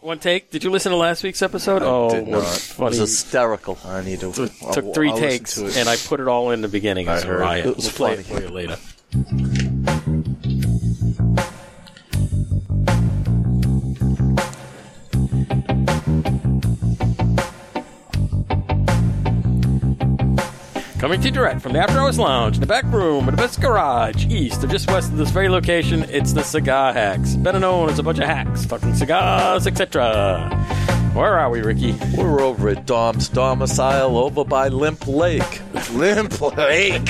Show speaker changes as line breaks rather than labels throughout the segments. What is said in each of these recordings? One take. Did you listen to last week's episode? oh,
did
it was
not.
funny.
It was hysterical.
I need to.
It
I'll-
took three
I'll listen
takes,
to it.
and I put it all in the beginning as a
heard.
riot.
It was
we'll play it
funny.
for you later. Coming to you direct from the After Hours Lounge, in the back room of the best garage, east or just west of this very location, it's the Cigar Hacks. Better known as a bunch of hacks, talking cigars, etc. Where are we, Ricky?
We're over at Dom's domicile over by Limp Lake.
Limp Lake.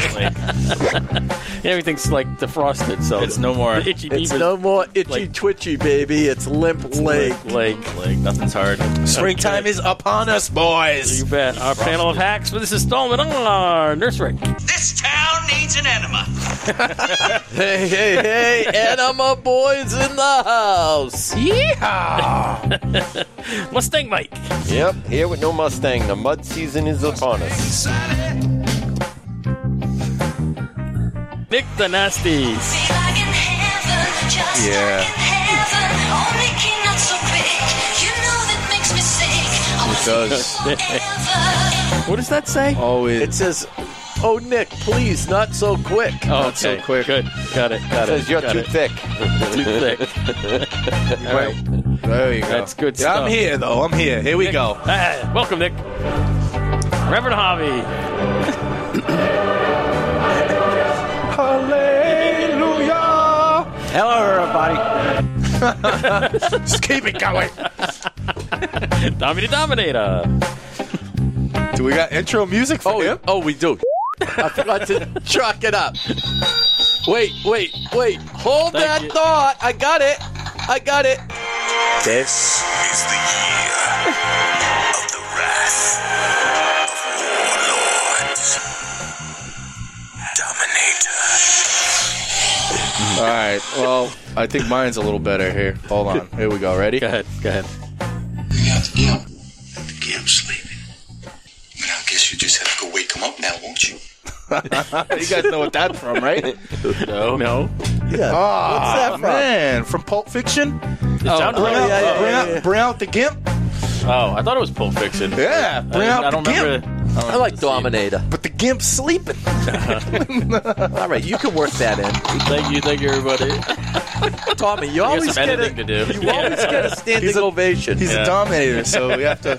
Everything's like defrosted, so
It's no more-
the itchy
It's
beavers-
no more itchy
Lake.
twitchy, baby. It's Limp Lake.
Like,
Like nothing's hard.
Springtime is upon us, boys.
you bet. Our panel of hacks for this installment are Nurse Rick,
This town needs an enema.
Hey, hey, hey, Enema Boys in the house.
Mustang Mike,
Yep, here with no Mustang, the mud season is upon us.
Nick the Nasty,
Yeah. It does.
What does that say?
Always.
It says, Oh, Nick, please, not so quick.
Oh,
so quick.
Good. Got it. Got
Says
it.
you're
got
too
it.
thick.
Too thick. All right.
there you go.
That's good
Yeah,
stuff.
I'm here though. I'm here. Here we go.
Ah, welcome, Nick. Reverend Harvey,
Hallelujah.
Hello, everybody.
Just keep it going.
Tommy the Dominator,
Do we got intro music for
Oh,
him?
oh, we do. I forgot to chalk it up. Wait, wait, wait. Hold
Thank
that
you.
thought. I got it. I got it. This.
is the year of the wrath of warlords. Dominator.
All right. Well, I think mine's a little better here. Hold on. Here we go. Ready?
go ahead. Go ahead.
The game's sleeping. And I guess you just have to go wake him up now, won't you?
You guys know what that's from, right?
No, no.
Yeah.
Ah,
that from?
man, from Pulp Fiction.
sounded like-
Bring out,
Oh, yeah, yeah,
bring
yeah,
out-
yeah.
bring out the gimp.
Oh, I thought it was Pulp Fiction.
Yeah,
I,
bring
didn't-
out
I don't
the
remember.
gimp.
I like Dominator.
But the gimp's sleeping.
All right, you can work that in.
Thank you, thank you, everybody.
Tommy, you
I
always
got some
get
editing to
a,
do.
you always get a standing
He's a-
ovation.
He's
Yeah.
a dominator, so we have to.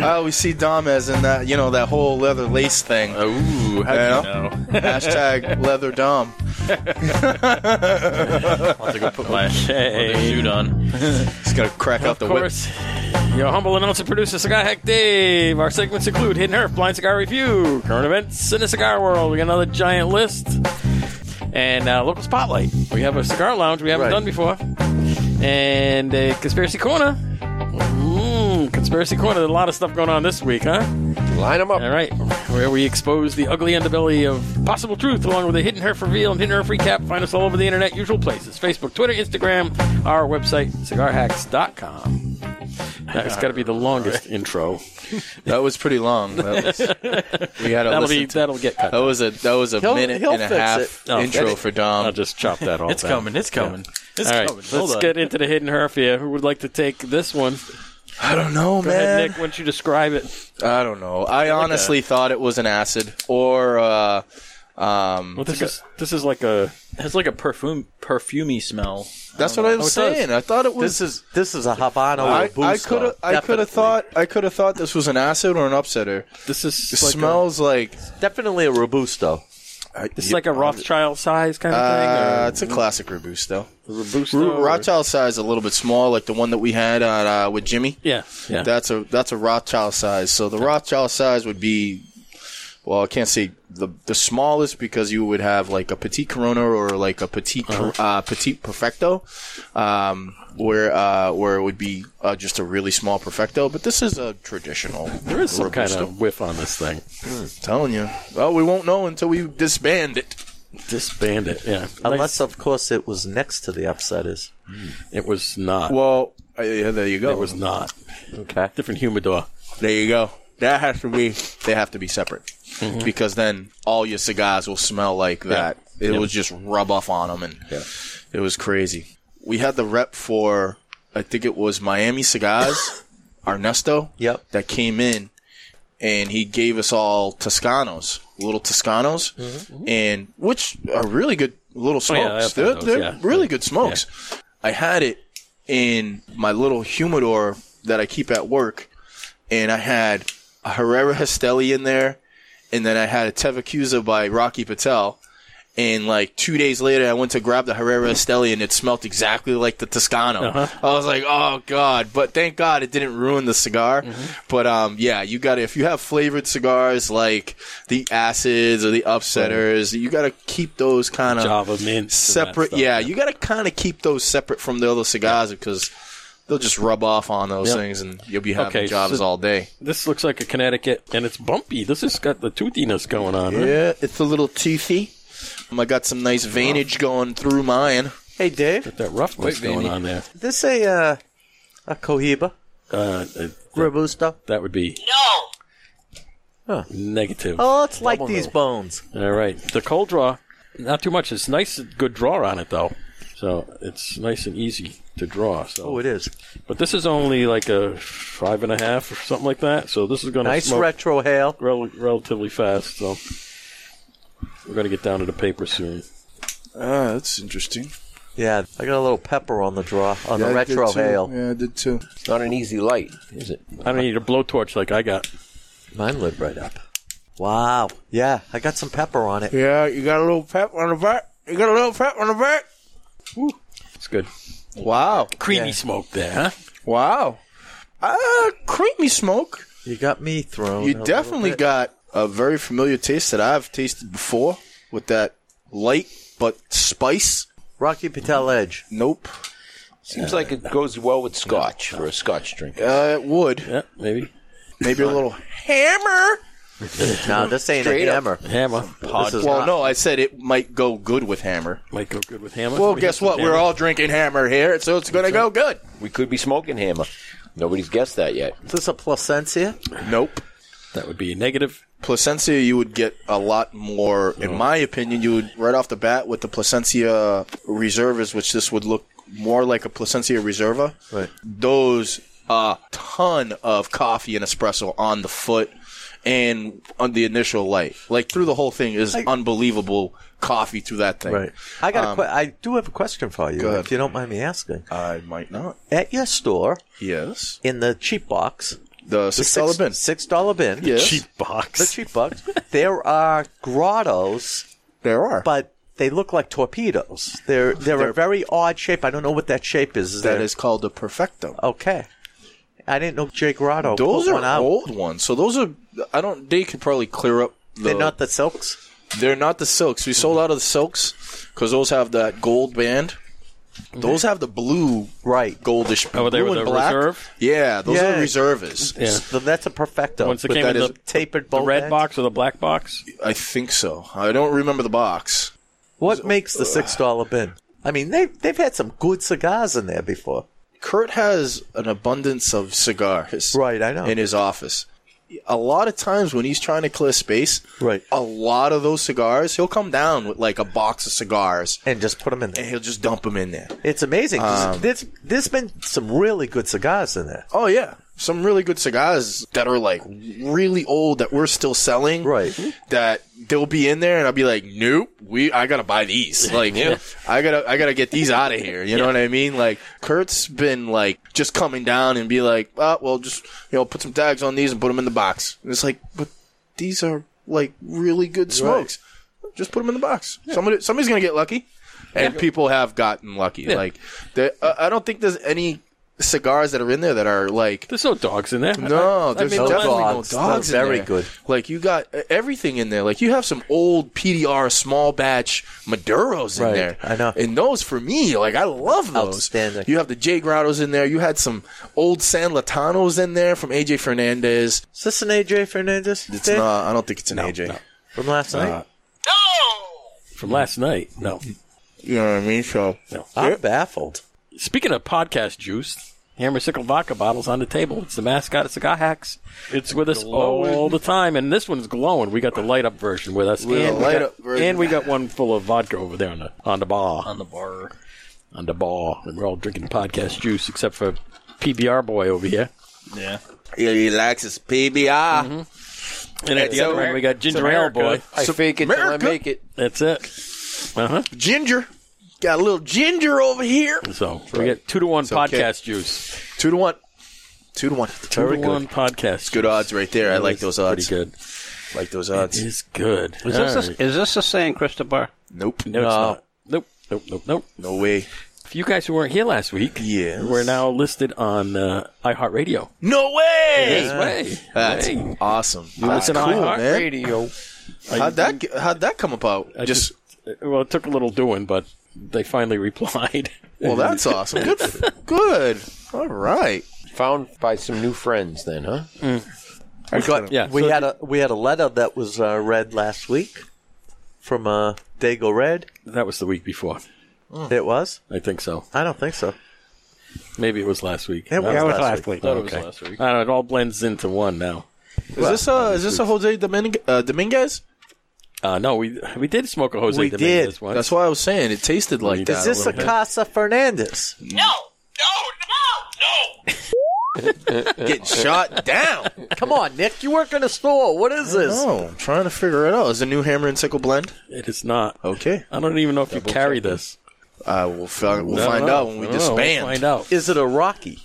I always see Dom as in that, you know, that whole leather lace thing.
Ooh, how
Yeah.
do you know?
Hashtag leather Dom.
I'll have to go put my
Okay.
other suit on.
He's gonna crack out the
Of
whip.
course, your humble announcer producer, Cigar Hack Dave. Our segments include Hidden Earth, Blind Cigar Review, Current Events in the Cigar World. We got another giant list. And uh, Local Spotlight. We have a cigar lounge we haven't
Right.
done before. And a Conspiracy Corner. Mm, Conspiracy Corner. A lot of stuff going on this week, huh?
Line them up.
All right, where we expose the ugly underbelly of possible truth, along with a hidden herf reveal and hidden herf recap. Find us all over the internet, usual places: Facebook, Twitter, Instagram, our website, cigarhacks.com. That's got to be the longest intro.
That was pretty long. That was, we had to
That'll
listen
be
to-
that'll get cut.
That was a that was a
He'll-
minute
he'll
and a
fix
half
it.
Oh,
intro
that's-
for Dom.
I'll just chop that off.
It's
then.
coming. It's coming. It's
All right,
coming. Hold
let's
on.
get into the hidden herf here. Who would like to take this one?
I don't know,
Go ahead, Nick. Why don't you describe it?
I don't know. I honestly thought it was an acid or uh, um.
Well, this is this is like a
It has like a perfume, perfumey smell.
That's what I was
Oh, it does.
saying. I thought it was.
This is this is a Havana
I
I, with a boost
could have.
on.
I could
Definitely.
have thought. I could have thought this was an acid or an upsetter.
this is
It
like
smells like.
Definitely a Robusto.
I-
A, this is like a Rothschild size kind of
Uh, it's a classic Robusto.
thing. or Robusto
Ro-
or-
Rothschild size a little bit small, like the one that we had at, uh, with Jimmy.
Yeah, yeah.
That's a that's a Rothschild size. So the Rothschild size would be, well, I can't say the the smallest because you would have like a petite Corona or like a petite Cor- uh, petite Perfecto, um, where uh, where it would be uh, just a really small Perfecto. But this is a traditional.
There is some kind of whiff on this thing.
telling you. Well, we won't know until we disband it.
Disband it. Yeah.
Unless, of course, it was next to the upsetters.
it was not.
Well, uh, yeah, there you go.
it was not.
Okay.
Different humidor.
There you go. That has to be. They have to be separate
Mm-hmm.
because then all your cigars will smell like that. It will just rub off on them, and it was crazy. We had the rep for I think it was Miami Cigars, Ernesto.
Yep.
That came in, and he gave us all Toscanos, little Toscanos, and which are really good little
Mm-hmm, Oh, yeah,
smokes.
I've had
they're
those,
they're
yeah.
really good smokes. I had it in my little humidor that I keep at work, and I had a Herrera Hesteli in there, and then I had a Tevacusa by Rocky Patel. And like two days later, I went to grab the Herrera Esteli, and it smelt exactly like the Toscano. I was like, "Oh God!" But thank God it didn't ruin the cigar. But um, yeah, you got to if you have flavored cigars like the acids or the upsetters, you got to keep those kind of
Java mint.
Uh, separate. yeah, you got to kind of keep those separate from the other cigars because they'll just rub off on those
Yep.
things, and you'll be having
Okay,
jobs
so-
all day.
This looks like a Connecticut, and it's bumpy. This has got the toothiness going on. huh?
Yeah, it's a little toothy. Um, I got some nice veinage going through mine.
Hey, Dave,
That roughness
Wait,
going
Vinny.
on there.
this a uh, a Cohiba
Uh, th-
Robusto.
that would be
No.
negative.
Oh, it's like these bones.
All right. The cold draw, not too much. It's nice, good draw on it, though. So it's nice and easy to draw. So,
Oh, it is
But this is only like a five and a half or something like that. So this is going to
nice
smoke
retro hail.
rel- relatively fast. So we're going to get down to the paper soon.
Ah, that's interesting.
Yeah, I got a little pepper on the draw on the retro hail.
Yeah, I did too.
It's not an easy light, is it?
I don't need a blowtorch like I got.
Mine lit right up.
Wow. Yeah, I got some pepper on it.
Yeah, you got a little pep on the back. You got a little pep on the back.
It's good.
Wow,
Creamy smoke there, huh?
wow. Ah, creamy smoke.
You got me thrown. a
You
little
definitely
bit.
got a very familiar taste that I've tasted before with that light but spice.
Rocky Patel Edge.
Nope.
Seems like it goes well with scotch for a scotch drink.
Uh, it would.
Yeah, maybe.
Maybe a little hammer.
No, this ain't a hammer.
Hammer.
This is
Well,
not-
no, I said it might go good with hammer.
Might go good with hammer.
Well,
Somebody
guess
has some
what? We're
hammer.
all drinking hammer here, so it's gonna go good.
We could be smoking hammer. Nobody's guessed that yet.
Is this a Placencia?
Nope.
That would be a negative.
Placencia, you would get a lot more, in my opinion, you would right off the bat with the Placencia Reservas, which this would look more like a Placencia Reserva.
Right.
Those, a ton of coffee and espresso on the foot and on the initial light. Like through the whole thing is unbelievable coffee through that thing. Um,
I got. a que- I do have a question for you,
ahead.
if you don't mind me asking.
I might not.
At your store,
Yes.
in the cheap box,
The
the
six dollar bin.
six dollar bin.
Yes.
the cheap box. there are grottos,
There are.
but they look like torpedoes. They're they're, a very odd shape. I don't know what that shape is. Is
that
there-
is called the Perfecto.
okay. I didn't know Jay Grotto.
Those
put one
are
out.
old ones. So those are. I don't. They could probably clear up. The,
They're not the silks.
They're not the silks. We sold out of the silks because those have that gold band.
Mhm.
Those have the blue,
Right.
goldish.
Oh, they
blue
were
and
the
black.
reserve?
Yeah, those
Yeah.
are reservas.
Yeah.
So that's a perfecto.
Once it
But
came
that
in
is
the-
tapered
The
both
red
ends.
box or the black box?
I think so. I don't remember the box.
What makes the six dollar bin? I mean, they they've had some good cigars in there before.
Kurt has an abundance of cigars.
Right, I know.
In his office. A lot of times when he's trying to clear space,
Right.
a lot of those cigars, he'll come down with like a box of cigars
And just put them in
and
there.
he'll just dump them in there.
It's amazing. there's, there's been some really good cigars in there.
Oh yeah, some really good cigars that are like really old that we're still selling.
Right.
That they'll be in there, and I'll be like, nope, we I gotta buy these. Like, I gotta I gotta get these out of here. You know what I mean? Like, Kurt's been like just coming down and be like, oh, well, just you know, put some tags on these and put them in the box. And it's like, but these are like really good smokes. Just put them in the box. Somebody somebody's gonna get lucky. And people have gotten lucky. Like, there- uh, I don't think there's any cigars that are in there that are like
There's no dogs in there.
no, there's
made the
definitely
dogs.
no dogs.
They're
in
very
there.
good.
Like you got uh, everything in there. Like you have some old PDR small batch Maduros in
Right,
there.
I know.
And those for me, like I love those.
Outstanding.
You have the J Grottos in there. You had some old San Latanos in there from AJ Fernandez.
Is this an AJ Fernandez?
It's
there?
not. I don't think it's an AJ.
no.
From last night?
From last night. No.
You know what I mean? So
I'm baffled.
Speaking of podcast juice, Hammer Sickle Vodka bottles on the table. It's the mascot of Cigar Hacks. It's with us all the time, and this one's glowing. We got the light up version with us,
the
and, we
light
got,
up version.
and we got one full of vodka over there on the on the bar.
on the bar.
on the ball, and we're all drinking podcast juice except for PBR boy over here.
Yeah.
He likes his PBR.
And at the
so
other end, we got Ginger Ale boy.
I fake it till I
America.
make it.
That's it. Uh huh.
Ginger. Got a little ginger over here.
So we get two to one
okay.
podcast juice.
Two to one. Two to one.
Two to one podcast.
Good
juice.
odds right there. I like
It's
those odds.
Pretty good.
Like those
It
odds.
is good.
Is
All
this,
right.
a, is this a saying, Christopher?
Nope.
No, it's not. Uh, Nope. Nope. Nope. Nope.
No way.
If you guys who weren't here last week,
Yes.
we're now listed on uh, iHeartRadio.
No way.
Hey,
That's
hey.
awesome. You
listen to iHeart
Radio.
How'd that get- how'd that come about?
I
just,
just, well, it took a little doing, but they finally replied.
well, that's awesome. Good, good. All right.
Found by some new friends then, huh?
We got
yeah,
We
so-
had a we had a letter that was uh, read last week from uh, Dago Red.
that was the week before.
It was.
I think so.
I don't think so.
Maybe it was last week.
It was
I I
last
thought it was last week. I don't know. It all blends into one now.
Is this uh is this a Jose Domingue, uh, Dominguez?
Uh, no, we we did smoke a Jose
We
Dominguez
did.
once.
That's what I was saying. It tasted like that.
Is this a
little
Casa Fernandez?
No, no, no, no.
bit. getting shot down?
Come on, Nick. You work in a store. What is this?
No, I'm trying to figure it out. Is it a new hammer and sickle blend?
It is not.
Okay,
I don't even know if you carry this.
uh, we'll fi- we'll
I don't
find
know.
out when we
I don't know.
disband.
We'll find out.
Is it a Rocky?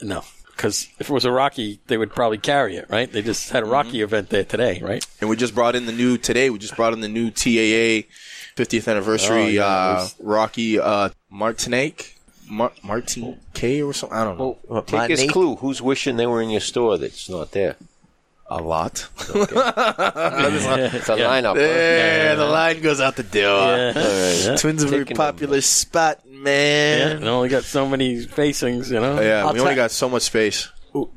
No, because if it was a Rocky, they would probably carry it, right? They just had a Rocky
Mm-hmm.
event there today, right?
And we just brought in the new today. We just brought in the new TAA 50th anniversary.
Oh, yeah, it
uh,
was-
Rocky uh, Martinique, Mar- Martin K or something. I don't know.
What,
Take
my
this
name?
clue. Who's wishing they were in your store that's not there?
a lot.
It's a lineup. huh?
yeah, the line goes out the door.
Yeah.
Twins are a very
Taking
popular spot,
Yeah,
man.
and only got so many facings, you know.
Yeah,
I'll
we only
tell-
got so much space.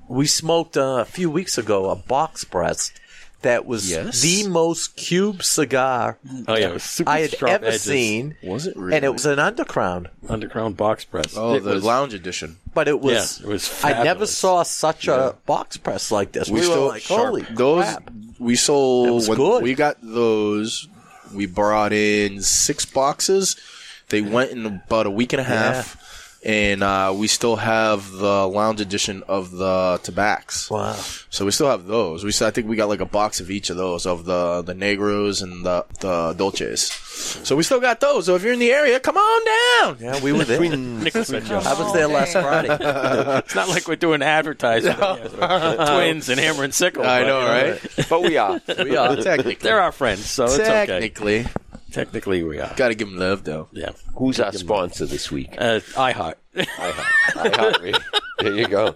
We smoked uh, a few weeks ago a box breast that was
Yes.
the most cube cigar
Oh yeah, it was super
I had
sharp
ever
edges.
seen,
Was it
and it was an underground.
Underground box press.
Oh,
it
the
was,
lounge edition.
But it was,
Yeah, it was
I never
fabulous.
saw such a box press like this. We, were like, holy
those.
crap.
We
It
sold
was
when
good.
we got those. We brought in six boxes. They went in about a week and a half, and uh, we still have the lounge edition of the tobacs.
Wow.
So we still have those. We still, I think we got like a box of each of those of the the negros and the the dolces. So we still got those. So if you're in the area, come on down.
Yeah, we were there.
Nicholas Mitchell.
I was there last Friday.
It's not like we're doing advertising. Twins and Hammer and Sickle.
I
but,
know,
you
right?
But we are.
we are technically.
They're our friends, so
Oh,
it's okay.
technically,
Technically, we are.
got to give them love though.
Yeah.
Who's our sponsor this week?
Uh, iHeart.
iHeartRadio. there you go.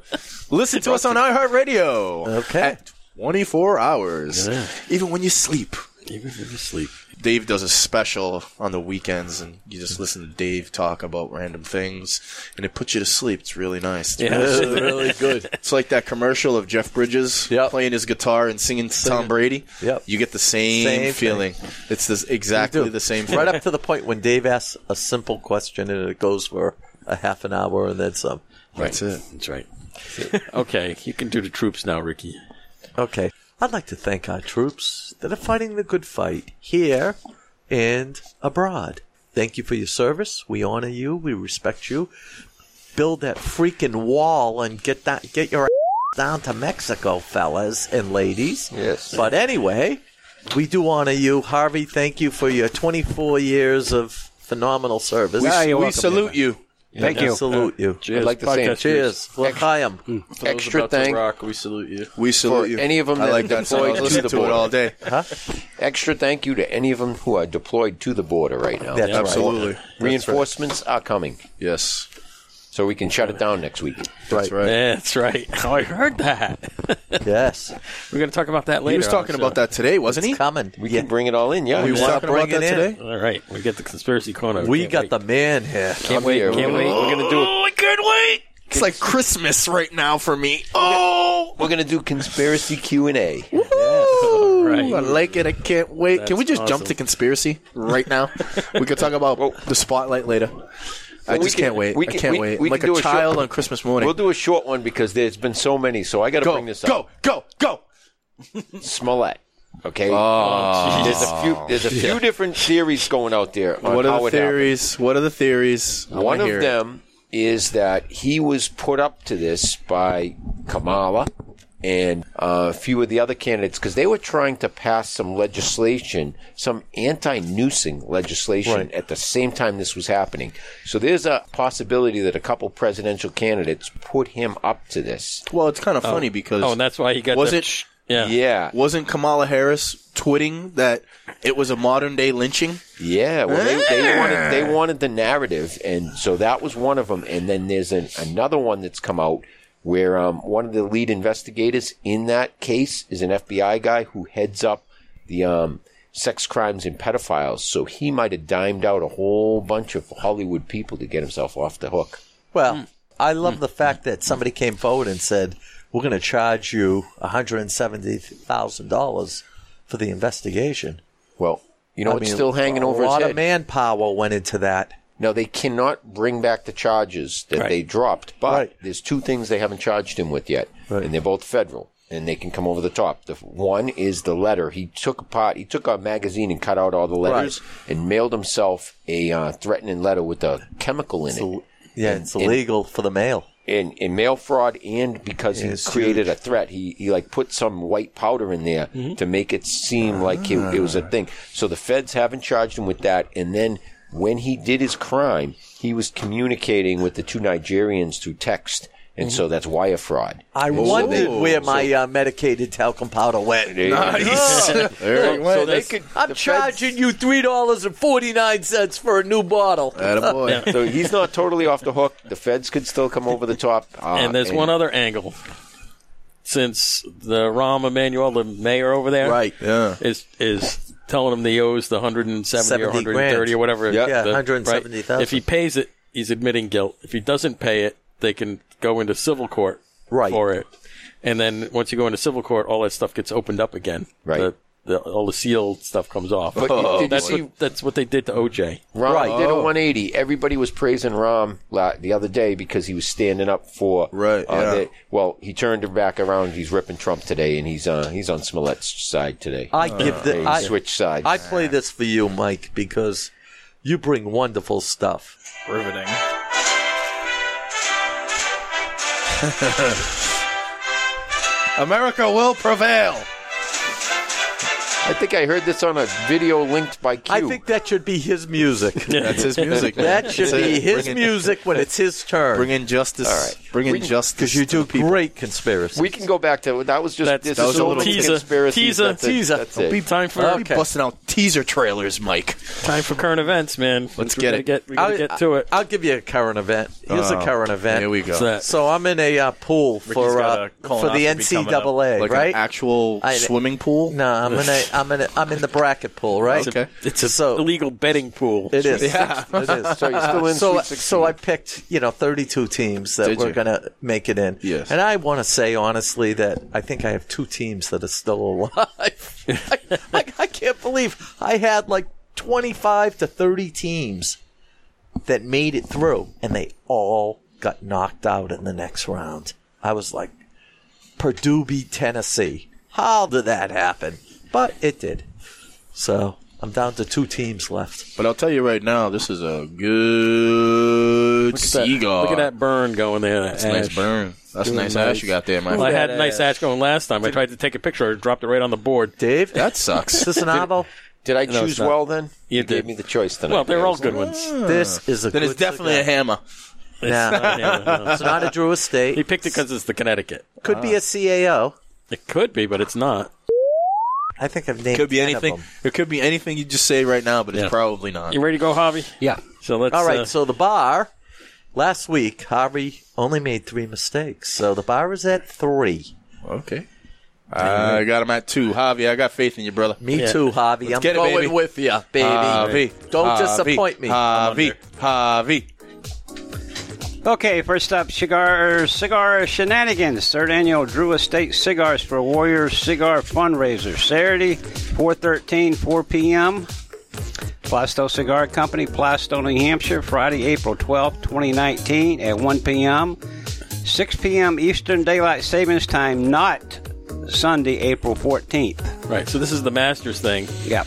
Listen to us on iHeartRadio.
Okay.
At 24 hours. Even when you sleep.
Even if you sleep.
Dave does a special on the weekends, and you just listen to Dave talk about random things, and it puts you to sleep. It's really nice. It's,
Yeah.
really-
really good.
it's like that commercial of Jeff Bridges
Yep.
playing his guitar and singing to Tom Brady.
Yep.
You get the same,
Same thing.
feeling. It's this, exactly the same
Right up to the point when Dave asks a simple question and it goes for a half an hour and then some.
That's it.
That's right. okay, you can do the troops now, Ricky.
Okay. I'd like to thank our troops that are fighting the good fight here and abroad. Thank you for your service. We honor you. We respect you. Build that freaking wall and get that get your ass down to Mexico, fellas and ladies.
Yes.
But anyway, we do honor you, Harvey. Thank you for your 24 years of phenomenal service.
Yeah, Ah, you're
we
welcome,
salute you.
Thank
I
you.
salute you.
Cheers.
like to say
Podcast
Cheers. Well, Chaim.
For those
Extra
about to
thank-
Rock, we salute you.
We salute
For
you.
any of them
I
that
like
are
that song. I
deployed to
listen
the
to it
border.
all day.
Extra thank you to any of them who are deployed to the border right now.
That's
Absolutely.
Reinforcements are coming,
Yes.
so we can shut it down next week.
That's right.
Yeah, that's right. Oh, I heard that.
right. Yes.
We're going to talk about that later.
He was talking
on,
about
so-
that today, wasn't he?
Coming.
We
Yeah.
can bring it all in. Yeah,
He was
wanna
talking about
bring
that
it in?
today.
All right, we get the conspiracy corner.
We
Can't
got
wait.
the man here.
Can't wait.
here.
Can't
We're
wait.
gonna- we're gonna do it.
I can't wait. It's like Christmas right now for me. Oh,
We're gonna do conspiracy Q and A.
right.
I like it. I can't wait. can we
That's
just jump to
awesome.
conspiracy right now? we could talk about the spotlight later. I
Well, we
just
can-
can't wait.
we
I
can-
can't
we-
wait.
we
I'm like
can
a
do a short-
child on Christmas morning.
We'll do a short one because there's been so many. So I got to
go,
bring this
go,
up.
go, go, go.
Smollett. Okay, there's a few there's a few different theories going out there on
What are
how
the
it happened.
theories? What are the theories? I
One
wanna
of
hear it.
them is that he was put up to this by Kamala and uh, a few of the other candidates because they were trying to pass some legislation, some anti-noosing legislation at the same time this was happening. So there's a possibility that a couple presidential candidates put him up to this.
Well, it's kind of funny because
Oh, and that's why he got
was
the-
it
Yeah.
Yeah,
wasn't Kamala Harris twitting that it was a modern day lynching?
yeah. Well, they, they wanted they wanted the narrative, and so that was one of them. And then there's an, another one that's come out where um, one of the lead investigators in that case is an FBI guy who heads up the um, sex crimes and pedophiles. So he might have dimed out a whole bunch of Hollywood people to get himself off the hook.
Well,
Mm.
I love the fact that somebody came forward and said, "We're going to charge you one hundred and seventy thousand dollars for the investigation."
Well, you know,
I
it's
mean,
still hanging over
A
his
lot
head.
of manpower went into that.
No, they cannot bring back the charges that they dropped. But
Right.
there's two things they haven't charged him with yet,
Right.
and they're both federal, and they can come over the top. The f- one is the letter he took apart. He took a magazine and cut out all the letters and mailed himself a uh, threatening letter with a chemical in it.
Yeah, it's illegal for the mail.
In, in mail fraud, and because he
it's
created a threat, he, he like put some white powder in there
Mm-hmm.
to make it seem like he, it
Ah.
was a thing. So the feds haven't charged him with that. And then when he did his crime, he was communicating with the two Nigerians through text, and
Mm-hmm.
so that's wire fraud.
Ah.
I wondered where my uh, medicated talcum powder went.
Nice. Oh,
There
so they could.
I'm charging you three dollars and forty nine cents for a new bottle.
Uh,
Attaboy.
So he's not totally off the hook. The feds could still come over the top. Uh,
And there's one other angle. Since the Rahm Emanuel, the mayor over there,
Right. Yeah.
is is telling him that he owes the 170 or
70 grand.
130 or whatever.
Yeah,
the-
170,000.
If he pays it, he's admitting guilt. If he doesn't pay it, they can go into civil court
Right.
for it. And then once you go into civil court, all that stuff gets opened up again.
Right.
The, the, all the sealed stuff comes off.
But you- did
Oh, that's
you see
what that's what they did to OJ.
Rom
Right.
Oh.
did a 180. Everybody was praising Rom la- the other day because he was standing up for.
Right,
Uh,
yeah.
the- well, he turned it back around. He's ripping Trump today, and he's uh, he's on Smollett's side today.
I give the
uh, They
I,
switch sides.
I play this for you, Mike, because you bring wonderful stuff.
Riveting.
America will prevail.
I think I heard this on a video linked by Q.
I think that should be his music.
That's his music. man.
That should
That's
be
it.
his
Bring in-
music when it's his turn.
Bring in justice. Bring in justice.
because you
to the
do
people.
great conspiracy.
we can go back to that. Was just
That's-
this
that
is
was a
so
little
many
teaser.
conspiracies.
Teaser,
That's it.
teaser.
That's
Don't
it.
be time for
Be busting out teaser trailers, Mike.
time for current events, man.
Let's
We're
get
gonna
it.
we gotta get to it.
I'll give you a current event. Here's a current event.
Here we go.
What's that?
So I'm in a uh, pool for
got
uh,
a
for the
colonoscopy coming up.
NCAA,
Like
right?
an actual
I-
swimming pool.
no, I'm in a I'm in a, I'm in the bracket pool, right?
Okay.
It's a
So-
illegal betting pool.
It is. It is.
So you're still in
so,
Sweet
so I picked, you know, 32 teams that
Did
were
you?
going to make it in.
Yes.
And I want to say honestly that I think I have two teams that are still alive. I, I, I can't believe I had like 25 to 30 teams that made it through, and they all got knocked out in the next round. I was like, Purdue beat Tennessee. How did that happen? But it did. So I'm down to two teams left.
But I'll tell you right now, this is a good
Look at that-
cigar.
Look at that burn going there. That
Uh, That's a nice
ash.
burn. That's a
Really
nice,
nice.
ash you got there,
Well, I
man.
had a nice ash going last time. I tried to take a picture. I dropped it right on the board.
Dave?
That sucks.
This is an novel.
did I
No, it's
choose
not.
well then?
You did.
gave me the choice tonight.
Well, they're
I
all
was
good
like,
ones.
Hmm. This is a.
Then it's
good
definitely a
cigar.
hammer.
Nah,
Yeah,
it's not a Drew Estate. Uh.
he picked it because it's the Connecticut.
could be a CAO.
It could be, but it's not.
I think I've named.
Could be
10 of
anything.
them.
It could be anything you just say right now, but
Yeah.
it's probably not.
You ready to go, Javi?
Yeah.
So let's.
All right.
uh,
so the bar last week, Harvey only made three mistakes. So the bar is at three.
Okay. I got him at two. Javi, I got faith in you, brother.
Me too, Harvey. I'm
get it,
going
baby.
with you, baby.
Javi.
Don't
Javi,
disappoint me.
Javi. Javi.
Okay, first up, cigar cigar shenanigans. Third annual Drew Estate Cigars for Warriors Cigar Fundraiser, Saturday, 413, 4 p.m. Plasto Cigar Company, Plasto, New Hampshire, Friday, April 12, 2019, at 1 p.m. 6 p.m. Eastern Daylight Savings Time, not Sunday, April 14th.
Right. So this is the Masters thing,
Yep.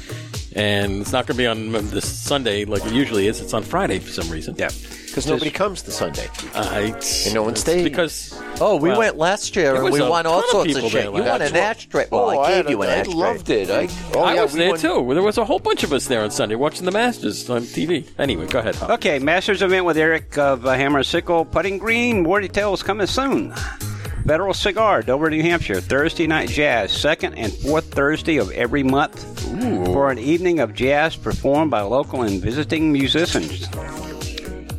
and it's not going to be on um, this Sunday like it usually is. It's on Friday for some reason.
Yep.
because nobody comes to Sunday.
I, and
no one stayed.
because
Oh, we
Well,
went last year
it
and
was
we
a
won all
ton of
sorts of
people
shit.
there
You won
last
an ashtray. Well, I gave
had
you
a-
an
Oh, I
ashtray.
loved it. I, oh,
I
yeah,
was
we
there
won-
too. There was a whole bunch of us there on Sunday watching the Masters on TV. Anyway, go ahead. Hop.
Okay, Masters event with Eric of uh, Hammer and Sickle. Putting Green, more details coming soon. Federal Cigar, Dover, New Hampshire, Thursday night jazz, second and fourth Thursday of every month for an evening of jazz performed by local and visiting musicians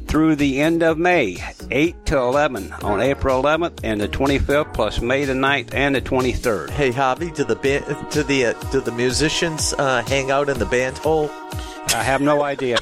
through the end of May, 8 to 11 on April 11th and the 25th, plus May the 9th and the 23rd.
Hey, Javi, do the band, do the uh, do the musicians uh, hang out in the band hole?
I have no idea.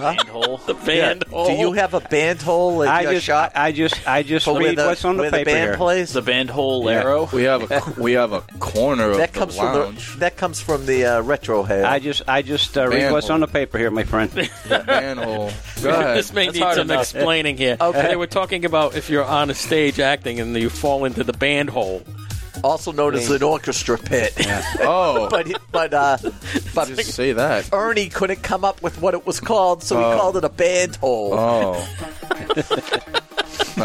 The band.
Yeah. Do you have a band hole at
I
your
just,
shop?
I just, I just
Where
read
the-
what's on the
where
paper
the band
here.
plays?
The band hole
Yeah.
arrow.
We have a we have a corner of
that
the
comes from
lounge.
the that comes from the uh, retro head.
I just, I just uh, read
Man.
what's on the paper here, my friend.
manhole. Go ahead.
this may
That's
need
hard
some
enough.
explaining here.
Okay.
They were talking about if you're on a stage acting and you fall into the band hole.
also known as an orchestra pit.
Oh,
but but uh, but
just say that.
Ernie couldn't come up with what it was called, so he
Oh.
called it a band hole.
Oh.
And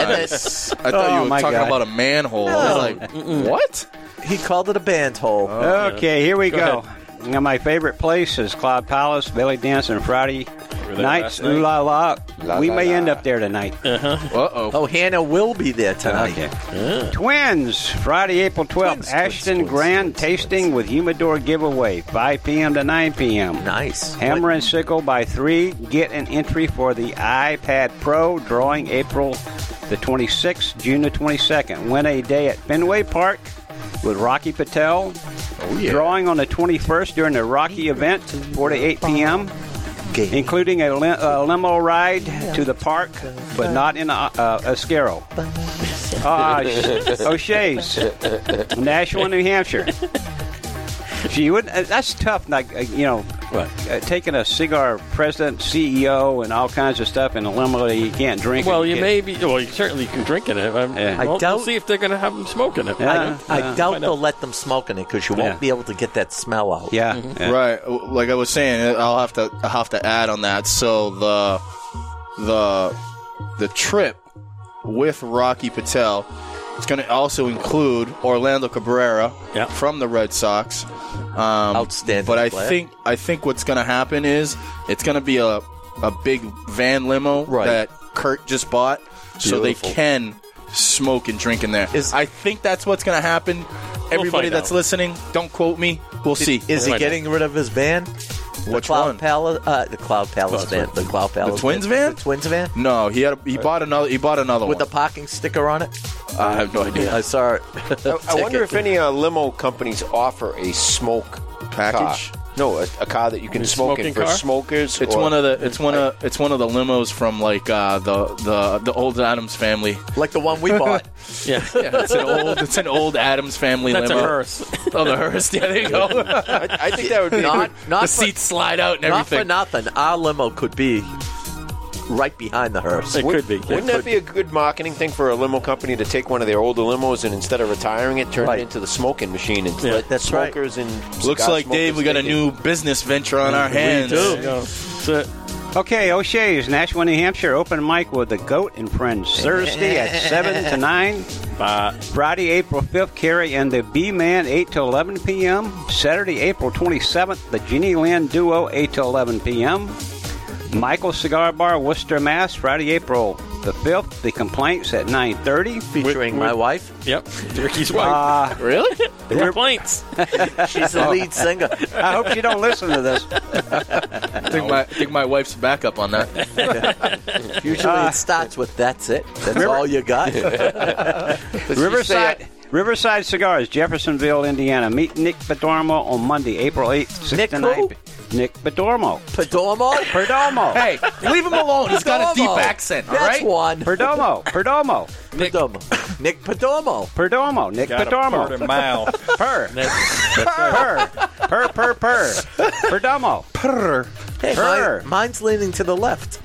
nice.
it's-
I thought
Oh,
you were
my
talking
God.
about a manhole. I was like, what?
he called it a band hole.
Oh. Okay, here we go. Now, my favorite place is Cloud Palace, belly dance on Friday nights.
last night?
Ooh la la.
La
we
la
may
la.
end up there tonight.
Uh oh.
oh, Hannah will be there tonight.
Okay. Twins, Friday, April 12th.
Twins,
Ashton
twins,
Grand
twins,
Tasting with Humidor Giveaway, 5 p.m. to 9 p.m.
Nice.
Hammer
What-
and Sickle by 3. Get an entry for the iPad Pro drawing April the 26th, June the 22nd. Win a day at Fenway Park with Rocky Patel. Drawing on the 21st during the Rocky event, 4 to 8 p.m., including a, lim- a limo ride to the park, but not in a, uh, a Scarrow. Ah, sh- O'Shea's, Nashua, New Hampshire. Gee, you wouldn't, uh, that's tough, like, uh, you know,
What?
uh, taking a cigar president, CEO, and all kinds of stuff in a limo that you can't drink.
Well,
and
you
get-
may be. Well, you certainly can drink in it. I'm,
Yeah.
well,
I
we'll
doubt-
see if they're going to have them smoking it.
Yeah.
I
Uh,
doubt
why not?
they'll let them smoke in it because you won't
Yeah.
be able to get that smell out.
Yeah.
Mm-hmm.
yeah.
Right. Like I was saying, I'll have to I'll have to add on that. So the the the trip with Rocky Patel it's going to also include Orlando Cabrera
Yeah.
from the Red Sox. Um,
Outstanding
But I
player.
think I think what's going to happen is it's going to be a a big van limo
Right.
that Kurt just bought, so they
Beautiful.
can smoke and drink in there.
Is-
I think that's what's going to happen. Everybody
find
that's
out.
listening, don't quote me. We'll see.
Is he
Right.
getting rid of his band?
Which
the Cloud
one?
Palace, uh, the Cloud Palace van. The Cloud Palace.
Twins van?
The Twins van.
No, he had a, he bought another he bought another
With the
one.
parking sticker on it.
I have no idea.
I saw it.
I wonder if any uh, limo companies offer a smoke
Package?
car. No, a, a car that you can smoke in
smoking
for
car?
smokers.
It's
or-
one of the it's one of it's one of the limos from like uh, the the the old Adams family.
like the one we bought.
Yeah.
Yeah, it's an old it's an old Adams family
That's a
limo.
hearse.
Oh, the hearse. Yeah, there you go.
I, I think that would be
Not, not
the
for,
seats slide out and
not for
everything.
nothing. Our limo could be right behind the hearse.
It could be.
Wouldn't that be a good marketing thing for a limo company to take one of their older limos and instead of retiring it, turn
Right.
it into the smoking machine and
Yeah,
let
that's right.
smokers and
Looks
cigar
like Dave,
smokers
we got a
take it.
new business venture on our hands.
There you go. So,
Okay, O'Shea's, Nashua, New Hampshire, open mic with the Goat and Friends Thursday at 7 to 9. Friday, April 5th, Carrie and the B Man, 8 to 11 p.m. Saturday, April 27th, the Ginny Lynn Duo, 8 to 11 p.m. Michael Cigar Bar, Worcester, Mass. Friday, April the 5th, the complaints at 9.30.
Featuring my wife.
yep. Ricky's wife.
Uh,
Really?
the complaints.
She's
Oh.
the lead singer.
I hope you don't listen to this.
I think my I think my wife's backup on that.
Usually it starts with that's it. That's all you got.
Does he say,
Riverside Riverside Cigars, Jeffersonville, Indiana. Meet Nick Bedormo on Monday, April 8th, 6
Nick
to 9.
who?
Nick Bedormo.
Perdomo?
Perdomo.
Hey, leave him alone. He's got a deep
Perdomo.
accent. All
That's
right.
one.
Perdomo. Perdomo.
Perdomo. Nick Perdomo.
Perdomo. Nick Perdomo.
mile.
Per. Per. Per, per, per. Perdomo.
Hey,
Purr.
mine- mine's leaning to the left.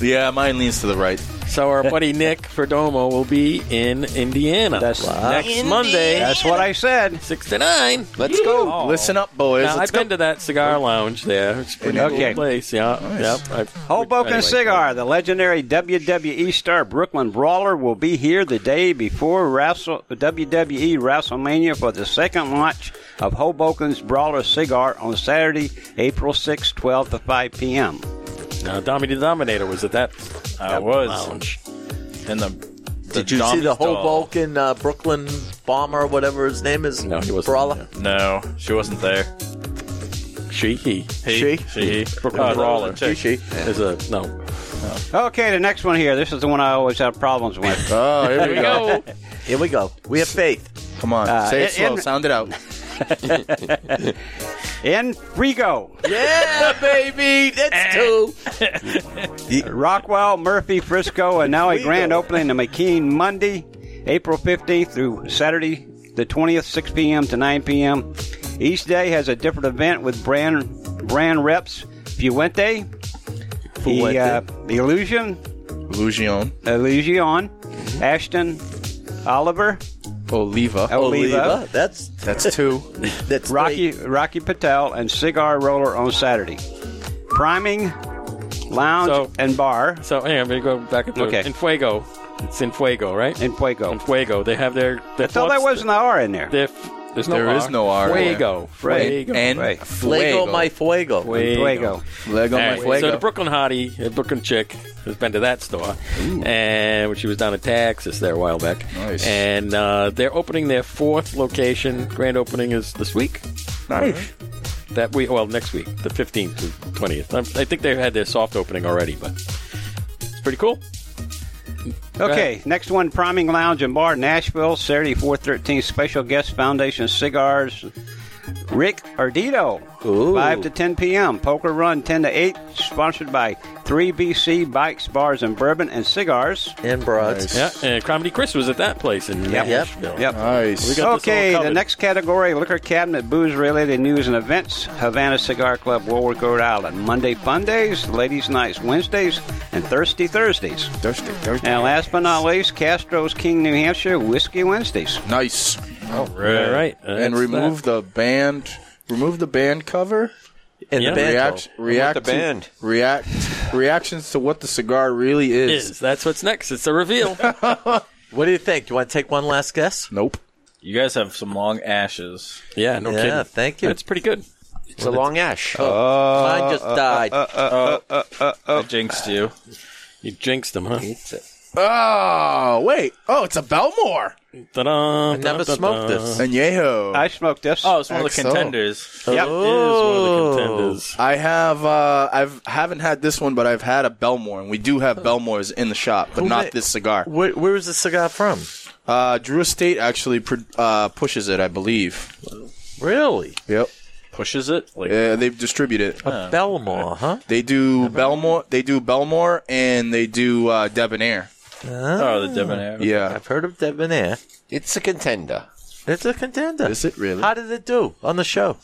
Yeah, mine leans to the right.
So our buddy Nick Perdomo will be in Indiana
That's-
next Monday,
That's what I said.
six to nine.
Let's
Oh.
go. Listen up, boys.
Now,
Let's
I've
go.
been to that cigar lounge there. It's a pretty
Okay.
cool place. Yeah, yep. I've-
Hoboken
anyway.
Cigar, the legendary WWE star Brooklyn Brawler, will be here the day before Wrestle, WWE WrestleMania for the second launch of Hoboken's Brawler Cigar on Saturday, April 6, 12 to 5 p.m.
Now, Dommy the Dominator was at that.
I
that
was.
lounge.
And the,
Did you see the Hoboken uh, Brooklyn bomber, whatever his name is?
No, he wasn't
Brawler.
No, she wasn't there.
She he
She?
She.
Brooklyn
Oh,
Brawler.
that was a chick.
is a no.
Okay, the next one here. This is the one I always have problems with.
Oh, here we go.
Here we go. We have faith.
Come on. Say it
in-
slow.
in-
Sound it out.
In Frigo,
Yeah, baby. That's two.
Rockwell, Murphy, Frisco, and now a grand opening to McKean Monday, April 15th through Saturday, the 20th, 6 p.m. to 9 p.m. Each day has a different event with brand brand reps Fuente, the, uh, the Illusion,
Illusion.
Illusion, Ashton, Oliver,
Oliva.
Oliva,
Oliva. That's
That's two.
that's
Rocky Rocky Patel, and Cigar Roller on Saturday. Priming, lounge,
So-
and bar
So hang on, we go back into
Okay.
in Fuego. It's in Fuego, right?
in Fuego.
In Fuego, they have their. their
I thought that was an R in there.
Their, there's no
There
R.
is no R.
Fuego.
Right.
Fuego.
And
Right.
Fuego, my fuego.
Fuego.
Lego
All
my
right,
Fuego.
So the Brooklyn hottie, the Brooklyn chick, has been to that store, and when she was down in Texas there a while back.
Nice.
And uh, they're opening their fourth location. Grand opening is this week.
Nice.
That week, well, next week, the fifteenth to twentieth. Um, I think they've had their soft opening already, but it's pretty cool.
Okay, next one, Priming Lounge and Bar, Nashville, Saturday, 413. Special guest, Foundation Cigars, Rick Ardito, 5 to 10 p.m. Poker Run, 10 to 8, sponsored by 3BC Bikes, Bars, and Bourbon and Cigars.
And broads.
Yeah, and Comedy Chris was at that place in Nashville.
Yep.
Nice.
got this all
Okay, the
covered.
next category liquor cabinet, booze related news and events. Havana Cigar Club, Warwick, Rhode Island. Monday fun days, ladies' nights, Wednesdays, and Thirsty Thursdays.
Thirsty, thirsty.
And last but not least, Castro's King, New Hampshire, Whiskey Wednesdays.
Nice.
All right,
and remove the band. Remove the band cover.
And
Yeah.
the band.
React. React.
the
to-
band.
react. Reactions to what the cigar really is.
is that's what's next. It's a reveal.
What do you think? Do you want to take one last guess?
Nope.
You guys have some long ashes.
yeah, no
yeah,
kidding.
thank you.
That's pretty good.
It's a long ash.
Oh. Mine just died.
Oh.
I jinxed you.
You jinxed them, huh?
Oh wait. Oh, it's a Belmore.
Ta-da,
Never
ta-da,
smoked
ta-da.
this.
And Yeho.
I smoked this.
Oh, it's one of the
XO.
contenders.
Yep.
It is one of the contenders.
I have uh, I've haven't had this one, but I've had a Belmore, and we do have Belmores in the shop, but not
ma-
this cigar.
Where, where is the cigar from?
Uh, Drew Estate actually pr- uh, pushes it, I believe.
Really?
Yep.
Pushes it. Like,
Yeah, they distribute it.
Belmore, huh?
They do Belmore. They do Belmore, and they do uh, Debonair.
Ah.
oh, the debonair.
Yeah.
I've heard of Debonair.
It's a contender.
It's a contender.
Is it really?
How did it do on the show?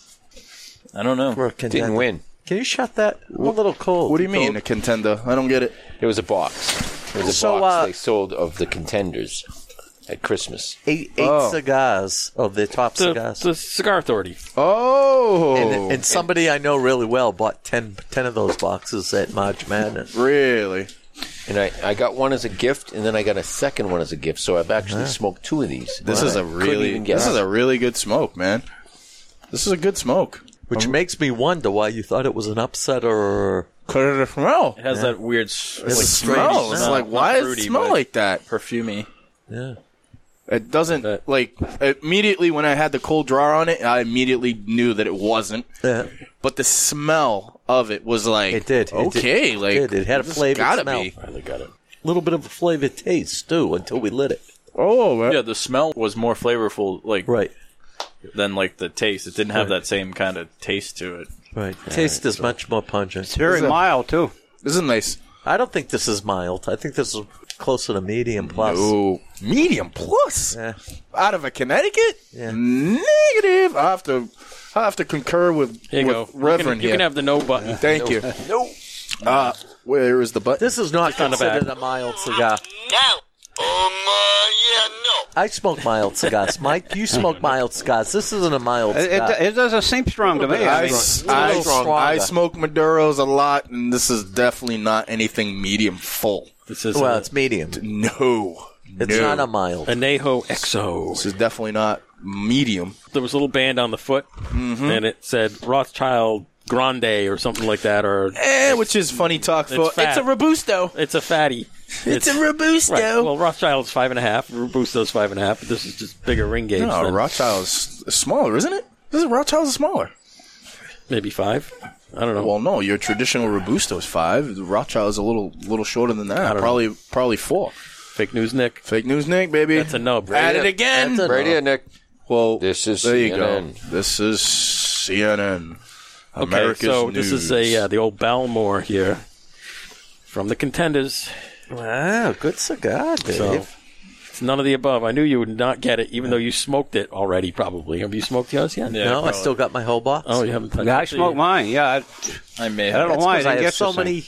I don't know.
For a contender.
Didn't win.
Can you shut that? I'm a little cold.
What do you mean a contender? I don't get it.
It was a box. It was a
So,
box
uh,
they sold of the contenders at Christmas.
Eight, eight
Oh.
cigars. Oh, the top
The,
cigars.
the Cigar Authority.
Oh,
and, and somebody I know really well bought 10, 10 of those boxes at March Madness.
really?
And I, I got one as a gift, and then I got a second one as a gift. So I've actually smoked two of these.
This is a
Couldn't
really
even guess.
this is a really good smoke, man. This is a good smoke.
Which makes me wonder why you thought it was an upset or
Could it smell?
It has that weird s-
It's
like,
a smell.
strange
It's like
Not
why does it
fruity,
smell
but
like that?
perfumey?
It doesn't like immediately when I had the cold draw on it, I immediately knew that it wasn't.
Yeah.
But the smell of it was like
It did. It did.
okay,
It
like
did. It had a
this
flavored
gotta
smell.
Be.
a little bit of a flavored taste too until we lit it.
Oh,
Yeah, the smell was more flavorful, like
Right.
than like the taste. It didn't have that same kind of taste to it.
Right. Taste is much more pungent.
Very
Is it-
mild too.
this is nice.
I don't think this is mild. I think this is closer to medium plus.
Oh, medium plus
Yeah.
out of a Connecticut
Yeah.
negative. I have to, I have to concur with,
Here you
with
go. You can-
Reverend
you
here.
can have the no button.
Thank you. No. Uh, Where is the button?
This is not
on the back.
considered a mild cigar.
No. Um, uh, yeah, no.
I smoke mild cigars. Mike, you smoke mild cigars. This isn't a mild
It,
cigar.
it, it doesn't seem strong to me.
I,
I mean,
s-
little
I,
stronger.
I smoke Maduros a lot, and this is definitely not anything medium full.
This is
well,
a,
it's medium.
No.
It's
no.
not a mild.
Anejo Exo.
This is definitely not medium.
There was a little band on the foot,
Mm-hmm.
and it said Rothschild Grande or something like that, or
Eh, which is funny talk for.
fat.
Robusto.
it's a fatty. It's,
Robusto.
right. Well, Rothschild's five and a half, Robusto's five and a half, but this is just bigger ring gauge.
No,
than
Rothschild's smaller, isn't it? This is Rothschild's smaller.
maybe five. I don't know.
Well, no, your traditional Robusto is five. The Rothschild is a little little shorter than that.
don't
Probably probably four.
Fake news, Nick.
Fake news, Nick, baby.
That's a nub.
At
Right?
it again.
Right here, Nick.
well,
This is
there you go.
CNN.
This is CNN.
Okay,
America's
so
news.
this is a uh, the old Balmore here from the contenders.
Wow, good cigar, Dave.
So it's none of the above. I knew you would not get it, even though you smoked it already. Probably have you smoked yours yet?
Yeah,
no, I
probably.
still got my whole box.
Oh, you haven't touched
yeah,
it.
I smoked mine. Yeah, I,
I may
I don't
have.
know
That's
why I
'cause
didn't
have
get
so
the same.
many.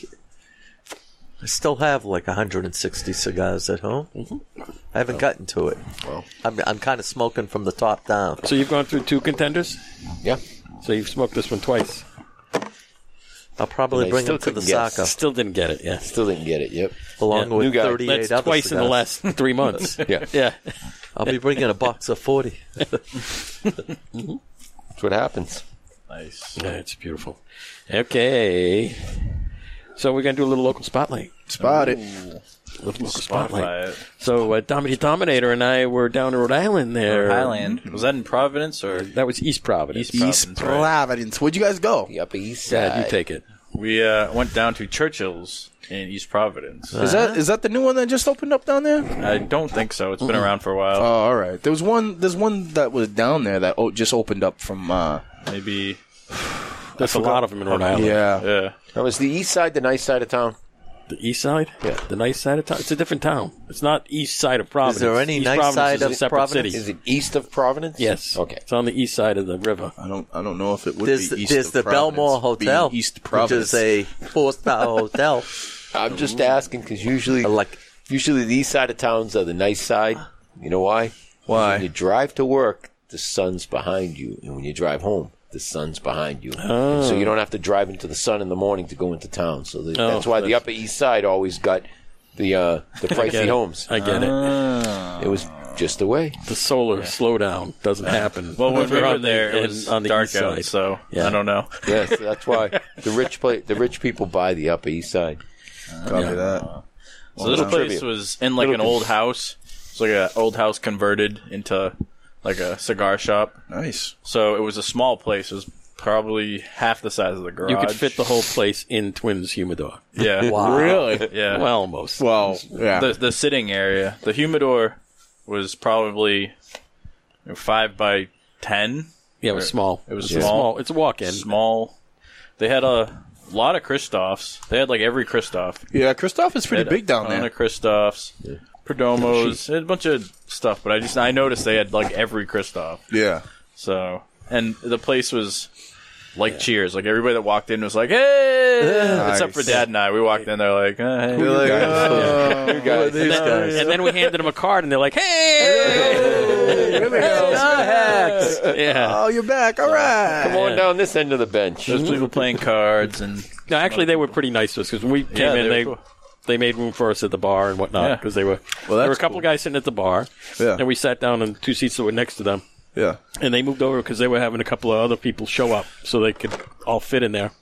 I still have like 160 cigars at home. I haven't gotten to it.
Well.
I'm, I'm kind of smoking from the top down.
So you've gone through two contenders.
Yeah.
So you've smoked this one twice.
I'll probably
I
bring
still
them to the
couldn't guess.
soccer
Still didn't get it. Yeah,
Still didn't get it. Yep.
along
Yeah,
with
new guy.
38
that's
other
twice in the
cigars.
last three months.
Yeah.
yeah.
I'll be bringing a box of 40.
That's what happens.
Nice.
Yeah, it's beautiful. Okay. So we're gonna do a little local spotlight.
Spot it.
A Little local spotlight.
Spotify.
So uh, Dominator Dominator and I were down in Rhode Island there.
Highland. Was that in Providence or
That was East Providence.
East
Providence, right?
Providence. Where'd you guys go?
The Upper East Side.
Yeah, you take it.
We uh, went down to Churchill's in East Providence.
Uh.
Is that is that the new one that just opened up down there?
I don't think so. It's been around for a
Oh,
Uh.
while.
all right. There was one. There's one that was down there that oh, just opened up from. uh
Maybe.
There's a lot of them in Rhode Island.
Yeah.
Yeah.
Now, is the East Side the nice side of town?
The east side?
Yeah.
The nice side of town? It's a different town. It's not east side of Providence.
there any
east
nice
Providence
side
is a
of
separate
Providence?
city.
Is it east of Providence?
Yes.
Okay.
It's on the east side of the river.
I don't. I don't know if it would
There's,
be east
there's
of
the
Providence,
Belmore
being
Hotel,
East
which is
Providence.
a four-star hotel.
I'm just asking because usually,
Like-
usually the East Side of towns are the nice side. You know why? When
why?
you drive to work, the sun's behind you, and when you drive home, the sun's behind you. And
Oh.
So you don't have to drive into the sun in the morning to go into town. So the, that's why the Upper East Side always got the uh, the pricey homes.
I get
Uh,
it.
It was just the way.
The solar slowdown doesn't happen.
Well, when we
We're
were
on the-
there,
in-
it was
on the
dark
east side.
out, so
Yeah.
I don't know.
Yes, that's why the rich play, the rich people buy the Upper East Side.
Copy that.
So this
wow.
place
Trivia.
was in like an old house. It's like an old house converted into like a cigar shop.
Nice.
So it was a small place. It was probably half the size of the garage.
You could fit the whole place in Twins Humidor.
Yeah.
Really?
Yeah.
Well, almost.
Well, yeah.
the the sitting area, the humidor was probably you know, five by ten,
yeah, it was small.
it was
a
small.
It's a walk-in.
small. They had a lot of Kristoffs. They had like every Kristoff.
yeah, Christoph is pretty
They had
big down
a ton
there.
of Kristoffs, Perdomos, they had a bunch of stuff. But I just I noticed they had like every Kristoff.
Yeah.
So and the place was. Like cheers, like everybody that walked in was like, "Hey!" Except for
Nice.
Dad and I, we walked in. They're like, "Uh, "Hey,
You're like, oh,
Guys,
And then, and then we handed them a card, and they're like, "Hey,
here we go.
yeah."
Oh, you're back. All right.
"Ah,
come on down this end of the bench.
There's people playing cards and
No, actually, they were pretty nice to us because when we came
Yeah,
in,
they were
they
cool.
they made room for us at the bar and whatnot
Yeah.
because they were there
Well, that's
were a couple
cool.
guys sitting at the bar,
Yeah.
and we sat down in two seats that were next to them,
Yeah.
and they moved over because they were having a couple of other people show up so they could all fit in there.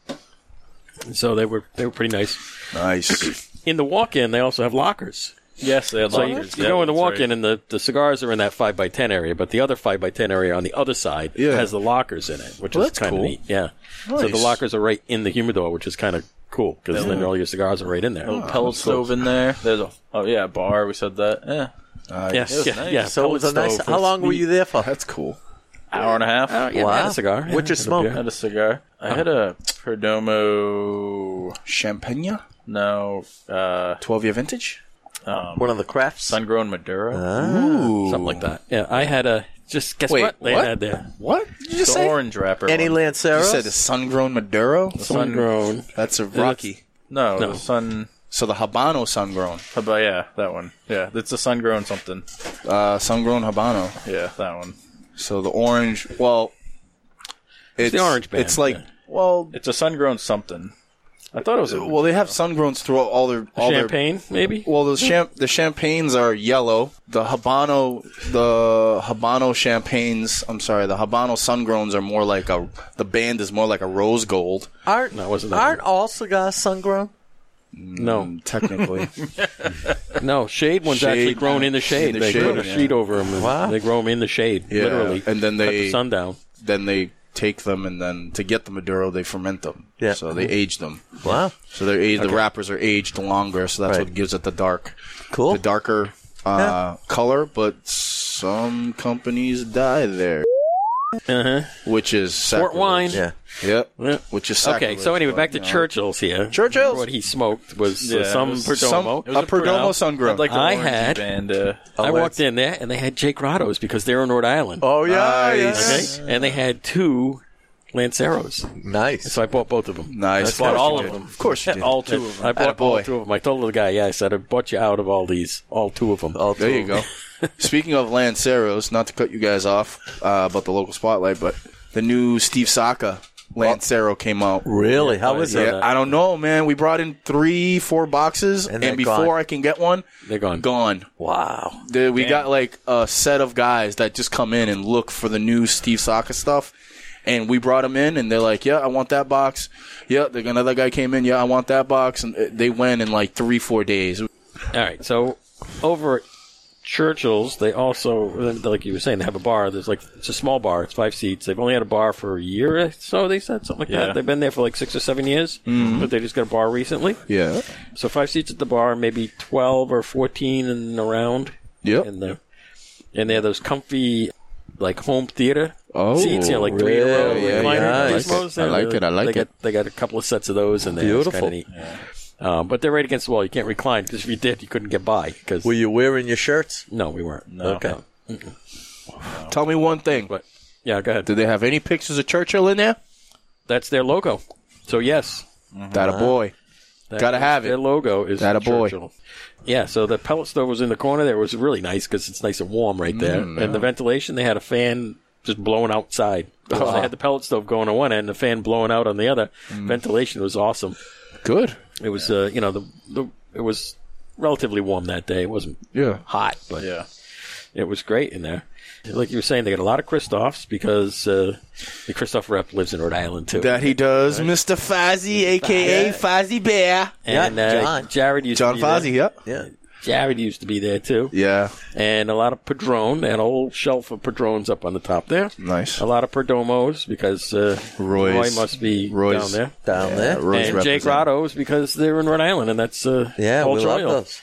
And so they were they were pretty nice.
Nice.
In the walk-in, they also have lockers.
yes, they had
So
lockers.
you, you
Yeah,
go in the
that's
walk-in,
right.
and the, the cigars are in that five by ten area, but the other five by ten area on the other side
Yeah.
has the lockers in it, which
Well,
is
that's
kind of
cool.
neat. Yeah, so the
Nice.
lockers are right in the humidor, which is kind of cool because then all your cigars are right in there.
pellet stove in there. There's a oh yeah, a bar. We said that. Yeah,
Nice.
Yes, yeah,
nice.
yeah.
So it was a nice. How long were you there for?
That's cool.
hour and a half.
wow. had a cigar.
What you smoking?
had a cigar. I had
Uh-huh.
a Perdomo.
Champagne?
No, uh,
12 year vintage?
One of the crafts.
sun grown Maduro.
Ooh.
Something like that. Yeah, I had a. Just guess
Wait,
what they
what?
had there.
What? Did you just
the
say?
orange wrapper.
Any
one.
You
Lanceros?
said a sun grown Maduro?
Sun grown.
That's a Rocky.
No, the sun.
So the Habano sun grown,
How about yeah, that one. Yeah, it's a sun grown something.
uh, sun grown Habano.
Yeah, that one.
So the orange, well, it's,
the orange band,
It's like
yeah.
well,
It's a sun grown something. I thought it was a
well, they have sun growns throughout all their all their
Champagne, maybe?
Well, the champ the champagnes are yellow. The habano the habano champagnes. I'm sorry, the habano sungrowns are more like a the band is more like a rose gold.
Aren't
No, it wasn't that
aren't all cigars sun grown?
No,
Technically,
no. Shade one's
Shade,
actually grown in the
in
shade.
the
they
shade,
put a
yeah.
sheet over them.
Wow.
They grow them in the shade,
Yeah,
literally.
and then
at
they-
the sundown.
then they take them and then to get the maduro, they ferment them.
Yeah.
So they age them.
Wow,
So they're aged, the wrappers are aged longer. So that's
Right.
what gives it the dark,
cool.
the darker uh, color. But some companies dye there,
Uh-huh.
which is
Port
sacrilege.
wine.
yeah,
Yep.
Yeah.
Which is
Okay,
sacrilege,
so anyway,
but,
back to
you know.
Churchill's here.
Churchill's?
What he smoked was uh,
Yeah, it
some
was
Some,
Perdomo.
a Perdomo sun grown.
I'd like the
I
orange
had-
band. Uh,
I
that's-
walked in there and they had Jake Rotto's because they're in Rhode Island.
Oh yeah,
okay,
Nice.
and they had two Lanceros,
nice.
so I bought both of them.
Nice.
I bought all of them.
Of course you did.
all two of them.
I bought all
Attaboy.
two of them. I told the guy, yeah, I said I bought you out of all these, all two of them.
there you go. Speaking of Lanceros, not to cut you guys off uh, about the local spotlight, but the new Steve Saka Lancero came out.
Really? How is
Yeah,
that?
I don't know, man. We brought in three, four boxes,
And
and,
they're
before
gone.
I can get one,
They're gone.
gone.
Wow.
Dude, we got like a set of guys that just come in and look for the new Steve Saka stuff. And we brought them in, and they're like, "Yeah, I want that box." Yeah, the- another guy came in. Yeah, I want that box. And uh, they went in like three, four days.
All right, so over at Churchill's, they also, like you were saying, they have a bar. There's like it's a small bar. It's five seats. They've only had a bar for a year or so. They said something like
Yeah.
that. They've been there for like six or seven years,
Mm-hmm.
but they just got a bar recently.
Yeah.
So five seats at the bar, maybe twelve or fourteen and around.
Yep.
And the and they have those comfy like home theater
Oh,
seats, you know, like three in a row.
really? Yeah,
recliner
yeah, I like
gizmos.
it. I like it, I like
they
it.
Got, they got a couple of sets of those in there. It's kinda
Beautiful.
neat. Um, but they're right against the wall. You can't recline because if you did, you couldn't get by. Because
Were you wearing your shirts?
no, we weren't.
Okay.
Tell me one thing.
But yeah, go ahead.
Do they have any pictures of Churchill in there?
That's their logo. So yes,
That a boy.
That
Gotta
is-
have it.
Their logo is
That a boy.
Churchill. Yeah, so the pellet stove was in the corner there. It was really nice because it's nice and warm right there.
Mm,
And the ventilation, they had a fan just blowing outside.
Oh,
'Cause They had the pellet stove going on one end, the fan blowing out on the other.
Mm.
Ventilation was awesome.
Good.
It was, uh, you know, the, the it was relatively warm that day. It wasn't
Yeah.
hot, but
Yeah.
it was great in there. Like you were saying, they got a lot of Christophs because uh, the Christoph rep lives in Rhode Island too.
That he does, Mr. Fozzie, aka Fozzie Bear.
and
Yeah,
uh,
John.
Jared used to
John
be there.
Fozzie, yep.
Yeah.
Jared used to be there too.
Yeah.
and a lot of Padron. They had a whole shelf of Padrons up on the top there.
Nice.
A lot of Perdomos because uh,
Roy's.
Roy must be down
Roy's.
there.
Down there.
Roy's
and Jake
represent-
Rotto's because they're in Rhode Island, and that's uh,
Yeah,
Paul
we love
Joyal
those.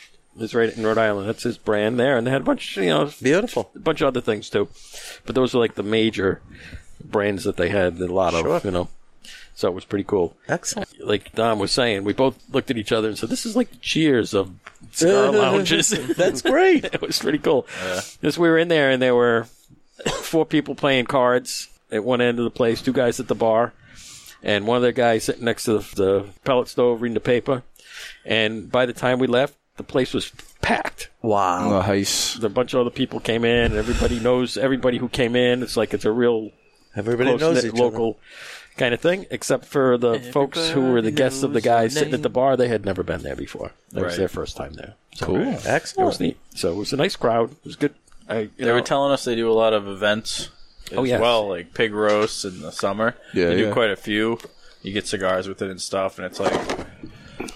is right in Rhode Island. That's his brand there, and they had a bunch, you know,
Beautiful.
a bunch of other things too. But those were like the major brands that they had a lot
Sure.
of, you know. So it was pretty cool.
Excellent.
Like Don was saying, we both looked at each other and said, "This is like the Cheers of cigar lounges."
That's great.
it was pretty cool. Just we were in there and there were four people playing cards at one end of the place, two guys at the bar, and one of the guys sitting next to the, the pellet stove reading the paper. And by the time we left, the place was packed.
Wow.
Nice.
A bunch of other people came in, and everybody knows everybody who came in. It's like it's a real
Everybody
close
knows
knit
each
local kind of thing, except for the folks who were the guests of the guys sitting at the bar. They had never been there before. That was
Right.
their first time there. So
other.
It
Cool. Excellent.
was neat. So it was a nice crowd. It was good. I, you
They
know,
were telling us they do a lot of events as
Oh, yes.
well, like pig roasts in the summer.
Yeah,
they do
yeah.
quite a few. You get cigars with it and stuff, and it's like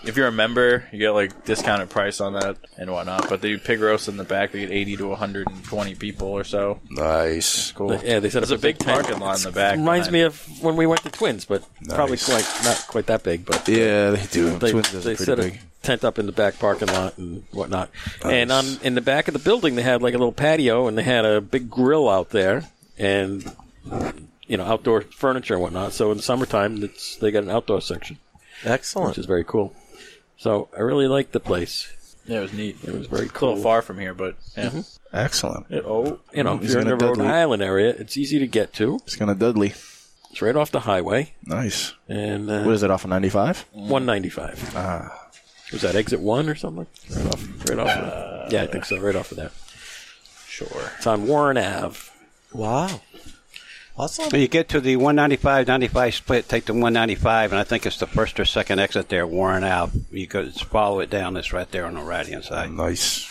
if you're a member, you get like discounted price on that and whatnot. But they do pig roasts in the back. They get eighty to one hundred and twenty people or so.
Nice.
Cool.
Yeah, they said
There's a big parking lot in the back.
Reminds
behind-
me of when we went to Twins, but probably
Nice.
quite not quite that big. But
Yeah, they do.
they,
Twins is
they
pretty
set
big.
a tent up in the back parking lot and whatnot. And on in the back of the building, they had like a little patio, and they had a big grill out there, and you know outdoor furniture and whatnot. So in the summertime, it's, they got an outdoor section,
Excellent.
which is very cool. So I really liked the place.
Yeah, it was neat. It
was very
A
cool.
little far from here, but yeah.
Mm-hmm.
Excellent.
oh,
You know, if
He's
you're in the
gonna
Rhode
Dudley.
Island area, it's easy to get to.
It's gonna Dudley.
It's right off the highway
Nice.
and uh,
What is it off of 95?
195.
Ah.
Was that exit one or something? Right off, right off.
Uh,
of, yeah, I think so. Right off of that. Sure. It's on Warren Ave.
Wow. Awesome.
When you get to the 195 95 split, take the 195, and I think it's the first or second exit there, Warren out. You go just follow it down. It's right there on the right hand side.
Nice.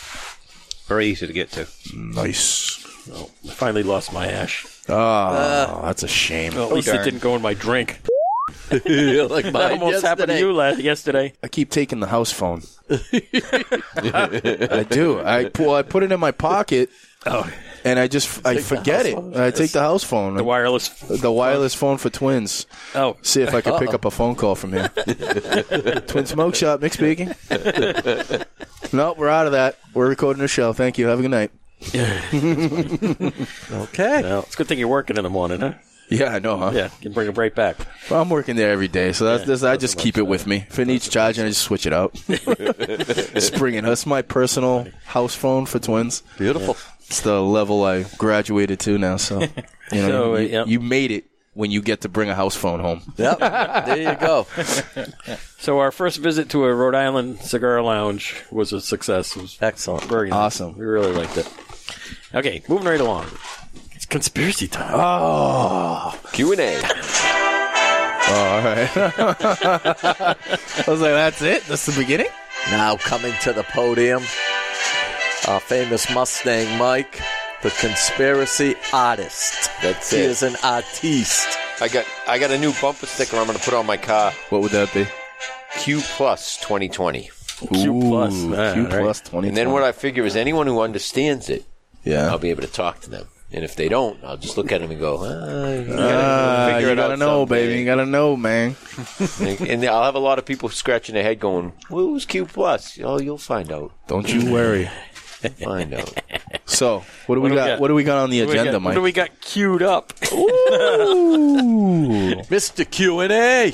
Very easy to get to.
Nice.
Oh, I finally lost my ash.
Oh, that's a shame.
Well, at least it didn't go in my drink.
like
That almost happened to you last, yesterday.
I keep taking the house phone. I do. I pull, I put it in my pocket.
Oh.
And I just I forget it. I take the house phone,
The wireless.
the wireless phone for twins.
Oh,
See if I can pick up a phone call from here. Twin Smoke Shop, Nick speaking. nope, we're out of that. We're recording the show. Thank you. Have a good night.
Okay.
well, it's a good thing you're working in the morning, huh?
Yeah, I know, huh?
Yeah, you can bring it right back.
Well, I'm working there every day, so that's, that's, I just keep it with me. If it needs charging, I just switch it out. just bring it. That's my personal house phone for twins.
Beautiful.
It's the level I graduated to now. So, you know,
So,
you,
yeah.
you made it when you get to bring a house phone home.
Yep. there you go.
So our first visit to a Rhode Island cigar lounge was a success. It was
Excellent.
very nice.
Awesome.
We really liked it. Okay, moving right along. It's conspiracy time.
Oh. Q and A.
Oh, all right. I was like, that's it. That's the beginning.
Now coming to the podium, our famous Mustang Mike, the conspiracy artist.
That's
He
it.
is an artiste.
I got I got a new bumper sticker. I'm going to put on my car.
What would that be?
Q plus 2020.
Q
plus. Ah, all
Q
right.
plus twenty.
And then what I figure is anyone who understands it,
Yeah.
I'll be able to talk to them. And if they don't, I'll just look at them and go, ah, you
Ah,
gotta, figure
you
it
gotta
out
know,
someday."
baby. You gotta know, man.
And, and I'll have a lot of people scratching their head going, well, who's Q plus? Oh, you'll find out.
Don't you worry.
Find out.
So, what do we
do we
got?
got?
What do we got on the
What do we
agenda,
got-
Mike?
What do we got queued up?
Mr. Q&A.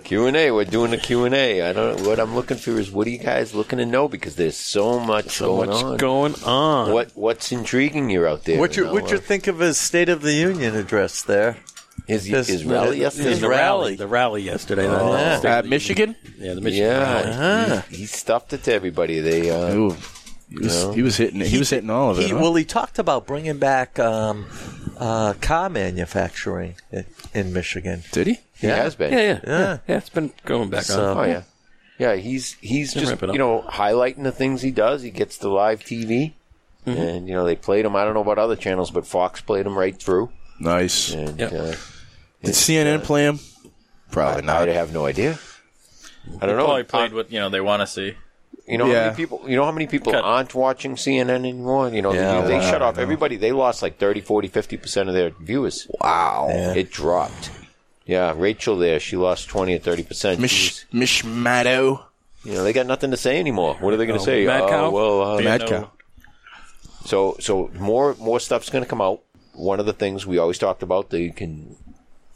Q&A. We're doing a Q&A. I don't know. What I'm looking for is what are you guys looking to know? Because there's so much going
What's
on.
going on?
what What's intriguing you out there?
What you
know? uh,
what you think of his State of the Union address there?
his,
this-
his rally yesterday?
his rally.
The rally yesterday. that-
yeah.
State of
At
the
Michigan?
Union. Yeah, the Michigan rally.
Yeah,
Ah.
he, he stuffed it to everybody. They uh,
Ooh, he, was,
No.
he was hitting it. He, was hitting all of it.
He,
huh?
well, he talked about bringing back um, uh, car manufacturing i- in Michigan.
Did he?
he has been.
Yeah, yeah,
Yeah.
yeah, yeah. It's been going back
So-
on.
Oh yeah, yeah. He's he's
Can
just
wrap it up.
you know highlighting the things he does. He gets the live TV,
Mm-hmm.
and you know they played him. I don't know about other channels, but Fox played him right through.
Nice.
And
Yep.
uh,
Did CNN play him? Probably
I
not.
have no idea. I don't
Probably
know. Uh,
played what you know they want to see.
You know how
Yeah.
many people? You know how many people
Cut.
aren't watching CNN anymore? You know
Yeah,
they, they
wow,
shut off everybody. They lost like 30, 40, 50 percent of their viewers.
Wow.
It dropped. Yeah, Rachel there, she lost twenty or thirty percent.
Mish Mish Maddow.
You know, they got nothing to say anymore. What are they going to
Oh,
say?
Mad
Oh,
Cow?
well, uh,
Yeah,
Mad
no.
cow.
so so more more stuff's going to come out. One of the things we always talked about, they can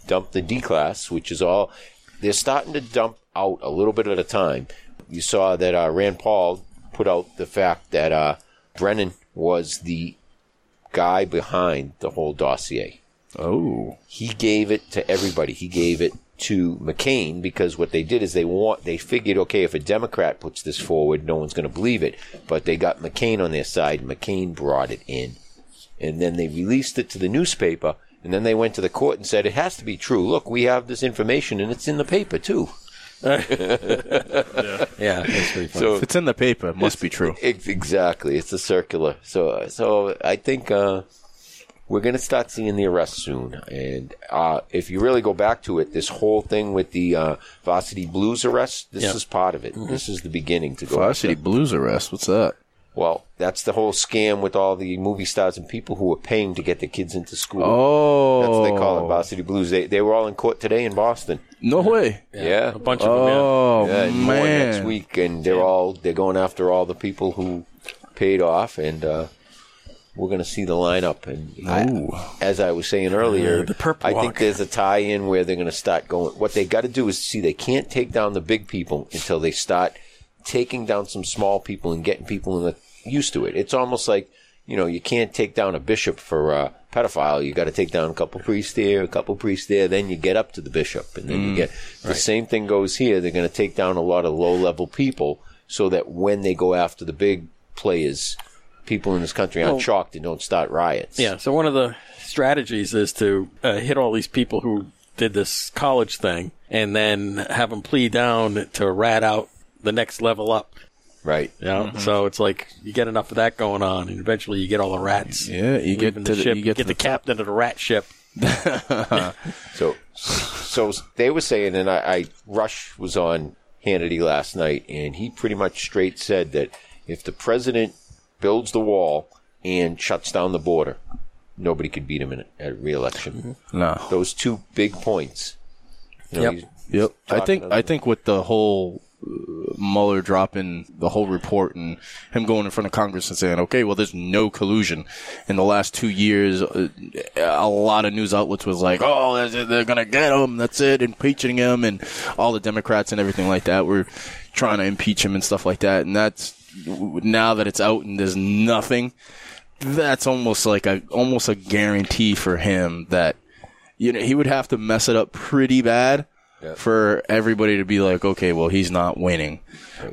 dump the D class, which is all they're starting to dump out a little bit at a time. You saw that uh, Rand Paul put out the fact that uh, Brennan was the guy behind the whole dossier
Oh.
he gave it to everybody. He gave it to McCain because what they did is they want they figured okay if a Democrat puts this forward no one's going to believe it, but they got McCain on their side. McCain brought it in, and then they released it to the newspaper, and then they went to the court and said it has to be true. Look, we have this information and it's in the paper too.
Yeah, that's pretty funny.
If it's in the paper, it must be true.
Ex- exactly, it's a circular. So so I think. Uh, we're going to start seeing the arrest soon. And uh, if you really go back to it, this whole thing with the uh, Varsity Blues arrest, this
Yeah.
is part of it. This is the beginning to go.
Varsity Blues arrest. What's that?
Well, that's the whole scam with all the movie stars and people who are paying to get their kids into school.
Oh.
That's what they call it, Varsity Blues. They, they were all in court today in Boston.
No way.
Yeah.
a bunch of them. Yeah.
Oh,
Yeah, and more
man.
next week, and they're all they're going after all the people who paid off, and uh, we're going to see the lineup. And
Ooh.
I, as I was saying earlier,
Uh, the perp
I
walk.
think there's a tie-in where they're going to start going. What they got to do is see they can't take down the big people until they start taking down some small people and getting people in the, used to it. It's almost like you know you can't take down a bishop for uh, pedophile, you got to take down a couple priests here, a couple priests there. Then you get up to the bishop, and then you get the same thing goes here. They're going to take down a lot of low level people, so that when they go after the big players, people in this country aren't shocked and don't start riots.
Yeah. So one of the strategies is to uh, hit all these people who did this college thing, and then have them plea down to rat out the next level up.
right.
You
Mm-hmm.
know? So it's like you get enough of that going on, and eventually you get all the rats.
Yeah, you get
leaving
to the-
ship.
you get to
the, captain of the rat ship.
So, so they were saying, and I, I Rush was on Hannity last night, and he pretty much straight said that if the president builds the wall and shuts down the border, nobody could beat him in a, at a reelection.
No.
Those two big points. You know,
Yep.
he's-
Mm-hmm. Yep. I think
Talking to
I think with the whole uh, Mueller dropping the whole report and him going in front of Congress and saying, "Okay, well, there's no collusion." In the last two years, uh, a lot of news outlets was like, "Oh, that's it, they're gonna get him. That's it, impeaching him," and all the Democrats and everything like that were trying to impeach him and stuff like that. And that's now that it's out and there's nothing. That's almost like a almost a guarantee for him that you know he would have to mess it up pretty bad for everybody to be like, okay, well, he's not winning.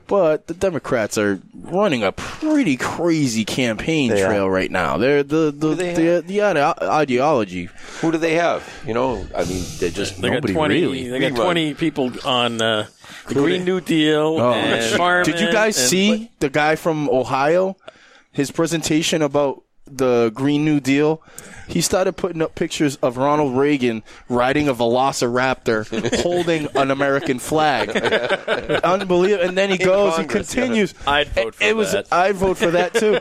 But the Democrats are running a pretty crazy campaign trail right now. They're the the
they
the, the ide- ideology.
who do they have? You know, I mean, they're just
They
nobody
got twenty.
really.
They got
Rerun.
twenty people on uh, the Green New Deal. and farming
Oh, Did you guys
and-
see the guy from Ohio? His presentation about the Green New Deal. He started putting up pictures of Ronald Reagan riding a Velociraptor, holding an American flag. Unbelievable! And then he goes,
Congress,
he continues.
I'd vote for
it was
that.
I vote for that too.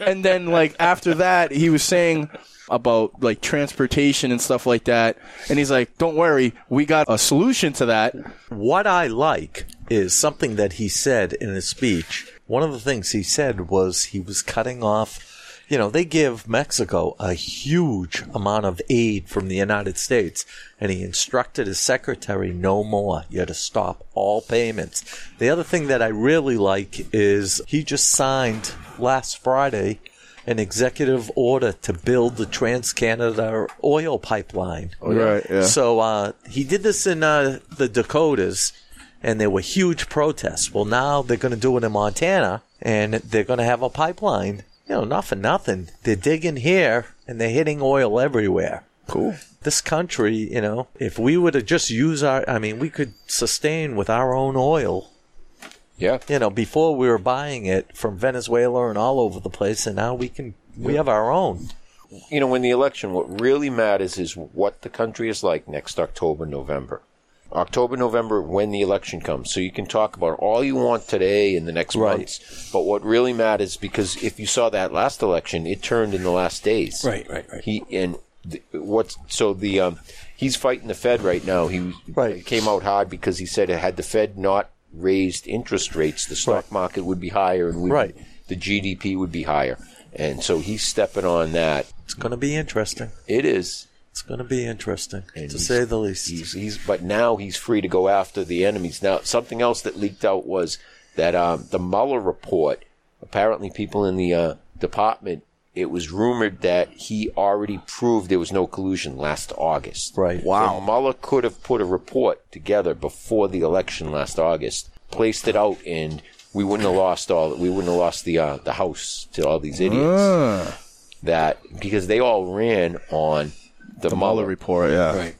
and then like after that, he was saying about like transportation and stuff like that. And he's like, "Don't worry, we got a solution to that."
What I like is something that he said in his speech. One of the things he said was he was cutting off, you know, they give Mexico a huge amount of aid from the United States, and he instructed his secretary no more. You had to stop all payments. The other thing that I really like is he just signed last Friday an executive order to build the Trans Canada oil pipeline.
Right.
So uh, he did this in uh, the Dakotas, and there were huge protests. Well, now they're going to do it in Montana, and they're going to have a pipeline. You know, not for nothing. They're digging here, and they're hitting oil everywhere.
cool.
This country, you know, if we were to just use our, I mean, we could sustain with our own oil.
Yeah.
You know, before we were buying it from Venezuela and all over the place, and now we can, we have our own.
you know, in the election, what really matters is what the country is like next October, November. October, November, when the election comes. So you can talk about all you want today and the next
Right.
months. But what really matters, because if you saw that last election, it turned in the last days.
Right, right, right.
He and th- what's so the um, he's fighting the Fed right now. He
Right.
came out hard because he said had the Fed not raised interest rates, the stock market would be higher and we
Right.
the GDP would be higher. And so he's stepping on that.
It's going to be interesting.
It is.
It's going to be interesting,
And
to
he's-
say the least.
He's, he's but now he's free to go after the enemies. Now something else that leaked out was that um, the Mueller report. Apparently, people in the uh, department. It was rumored that he already proved there was no collusion last August.
Right.
Wow. Mueller could have put a report together before the election last August, placed it out, and we wouldn't have lost all. We wouldn't have lost the uh, the house to all these idiots. That because they all ran on the,
Mueller
Mueller
report, yeah.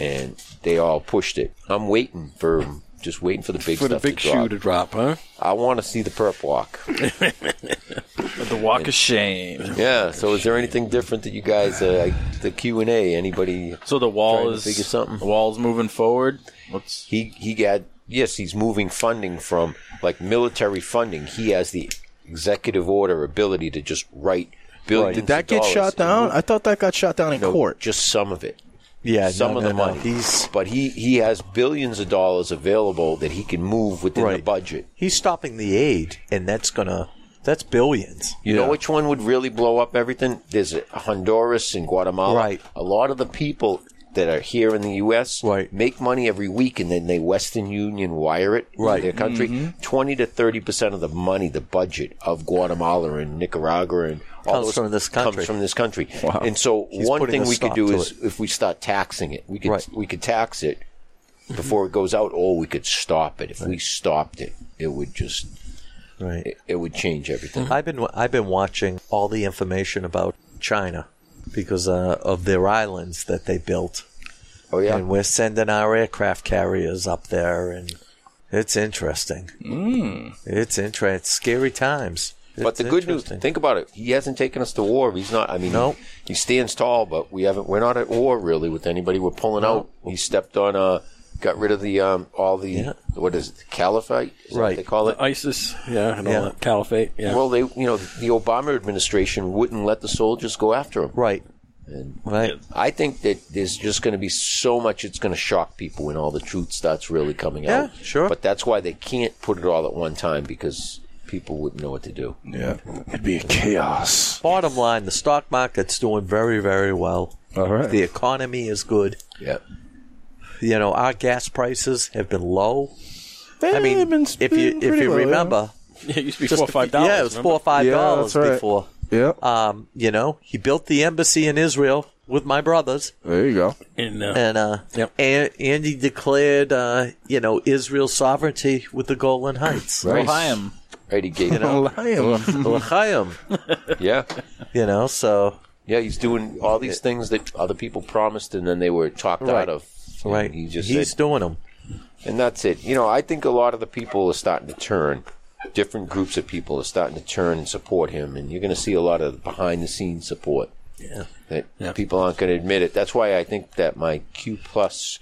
and they all pushed it. I'm waiting for just waiting for the big
for the
stuff
big
to drop.
shoe to drop, huh?
I want to see the perp walk.
The walk of shame.
yeah. So is there anything different that you guys uh, like the Q and A? Anybody?
So the wall
Trying to
is
figure something.
The wall's moving forward. What's
He he got yes. He's moving funding from like military funding. He has the executive order ability to just write billions.
Did that
of
get
dollars
shot
and
down?
move-
I thought that got shot down in
No,
court.
just some of it.
Yeah,
some
no,
of
no,
the
no.
money.
He's
but he he has billions of dollars available that he can move within the
Right.
budget.
he's stopping the aid, and that's gonna that's billions.
You know which one would really blow up everything? There's Honduras and Guatemala.
Right.
A lot of the people that are here in the U.S.
Right.
make money every week, and then they Western Union wire it to
Right.
their country. Twenty to thirty percent of the money, the budget of Guatemala and Nicaragua and all
Comes
those
from this country.
comes from this country.
Wow.
And so
He's
one
putting
thing
a
we could
stop
do
to
is
it.
if we start taxing it, we could
Right.
we could tax it before it goes out, or we could stop it. If we stopped it, it would just
Right.
it, it would change everything.
I've been I've been watching all the information about China because uh, of their islands that they built,
Oh yeah,
and we're sending our aircraft carriers up there, and it's interesting. Mm. It's interesting. It's scary times.
Hmm. But
It's
the good news,
interesting.
think about it. He hasn't taken us to war. He's not. I mean,
No.
he stands tall, but we haven't. We're not at war really with anybody. We're pulling out. He stepped on. Uh, got rid of the um, all the
Yeah.
what is it, the caliphate? Is that what
Right. Uh,
they call it.
ISIS, yeah, and
Yeah.
all that caliphate, yeah.
Well, they you know the Obama administration wouldn't let the soldiers go after him.
right?
And
Right.
I think that there's just going to be so much. It's going to shock people when all the truth starts really coming
Yeah,
out.
sure.
But that's why they can't put it all at one time because people wouldn't know what to do.
Yeah. It'd be a chaos.
Bottom line, the stock market's doing very very well.
All right.
The economy is good.
Yeah.
You know, our gas prices have been low. I mean,
They've Eh, been-
if you
been
if
pretty
you
low, yeah.
remember,
Yeah, it used to be
just
four or
a
five
few-
dollars.
Yeah, it was
remember?
four or five
Yeah,
dollars
that's right.
before.
Yep.
Um, you know, he built the embassy in Israel with my brothers,
there you go.
And, uh,
and uh,
Yep.
and, and he declared, uh, you know, Israel's sovereignty with the Golan Heights.
Right.
Ohio.
Right. He gave it up.
Lion.
L'chaim,
Yeah.
you know, so
Yeah, he's doing all these things that other people promised and then they were talked
Right.
out of. And
right,
He just
he's
said,
doing them.
and that's it. You know, I think a lot of the people are starting to turn. Different groups of people are starting to turn and support him, and you're going to see a lot of behind the scenes support. Yeah. That people aren't going to admit it. That's why I think that my Q plus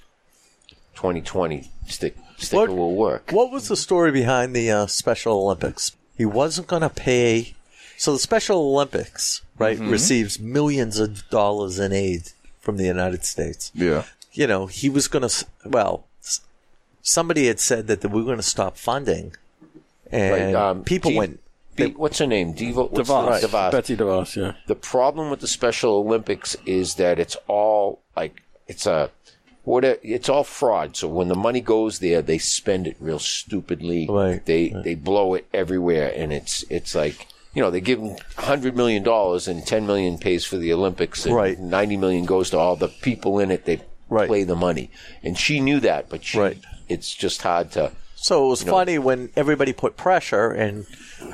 2020 stick, sticker
What-
will work.
What was the story behind the uh, Special Olympics? He wasn't going to pay. So the Special Olympics, right,
Mm-hmm.
receives millions of dollars in aid from the United States.
yeah.
you know, he was going to, well, s- somebody had said that we were going to stop funding. And people
Dee-
went,
Be- what's her name? Devo, what's the-
DeVos.
DeVos.
Betsy DeVos, yeah.
the problem with the Special Olympics is that it's all like it's a what a, it's all fraud. So when the money goes there, they spend it real stupidly.
Right,
They they blow it everywhere, and it's it's like you know they give them hundred million dollars, and ten million pays for the Olympics, and
Right.
ninety million goes to all the people in it. They
Right.
play the money, and she knew that, but she,
Right.
it's just hard to.
so it was funny when everybody put pressure. And,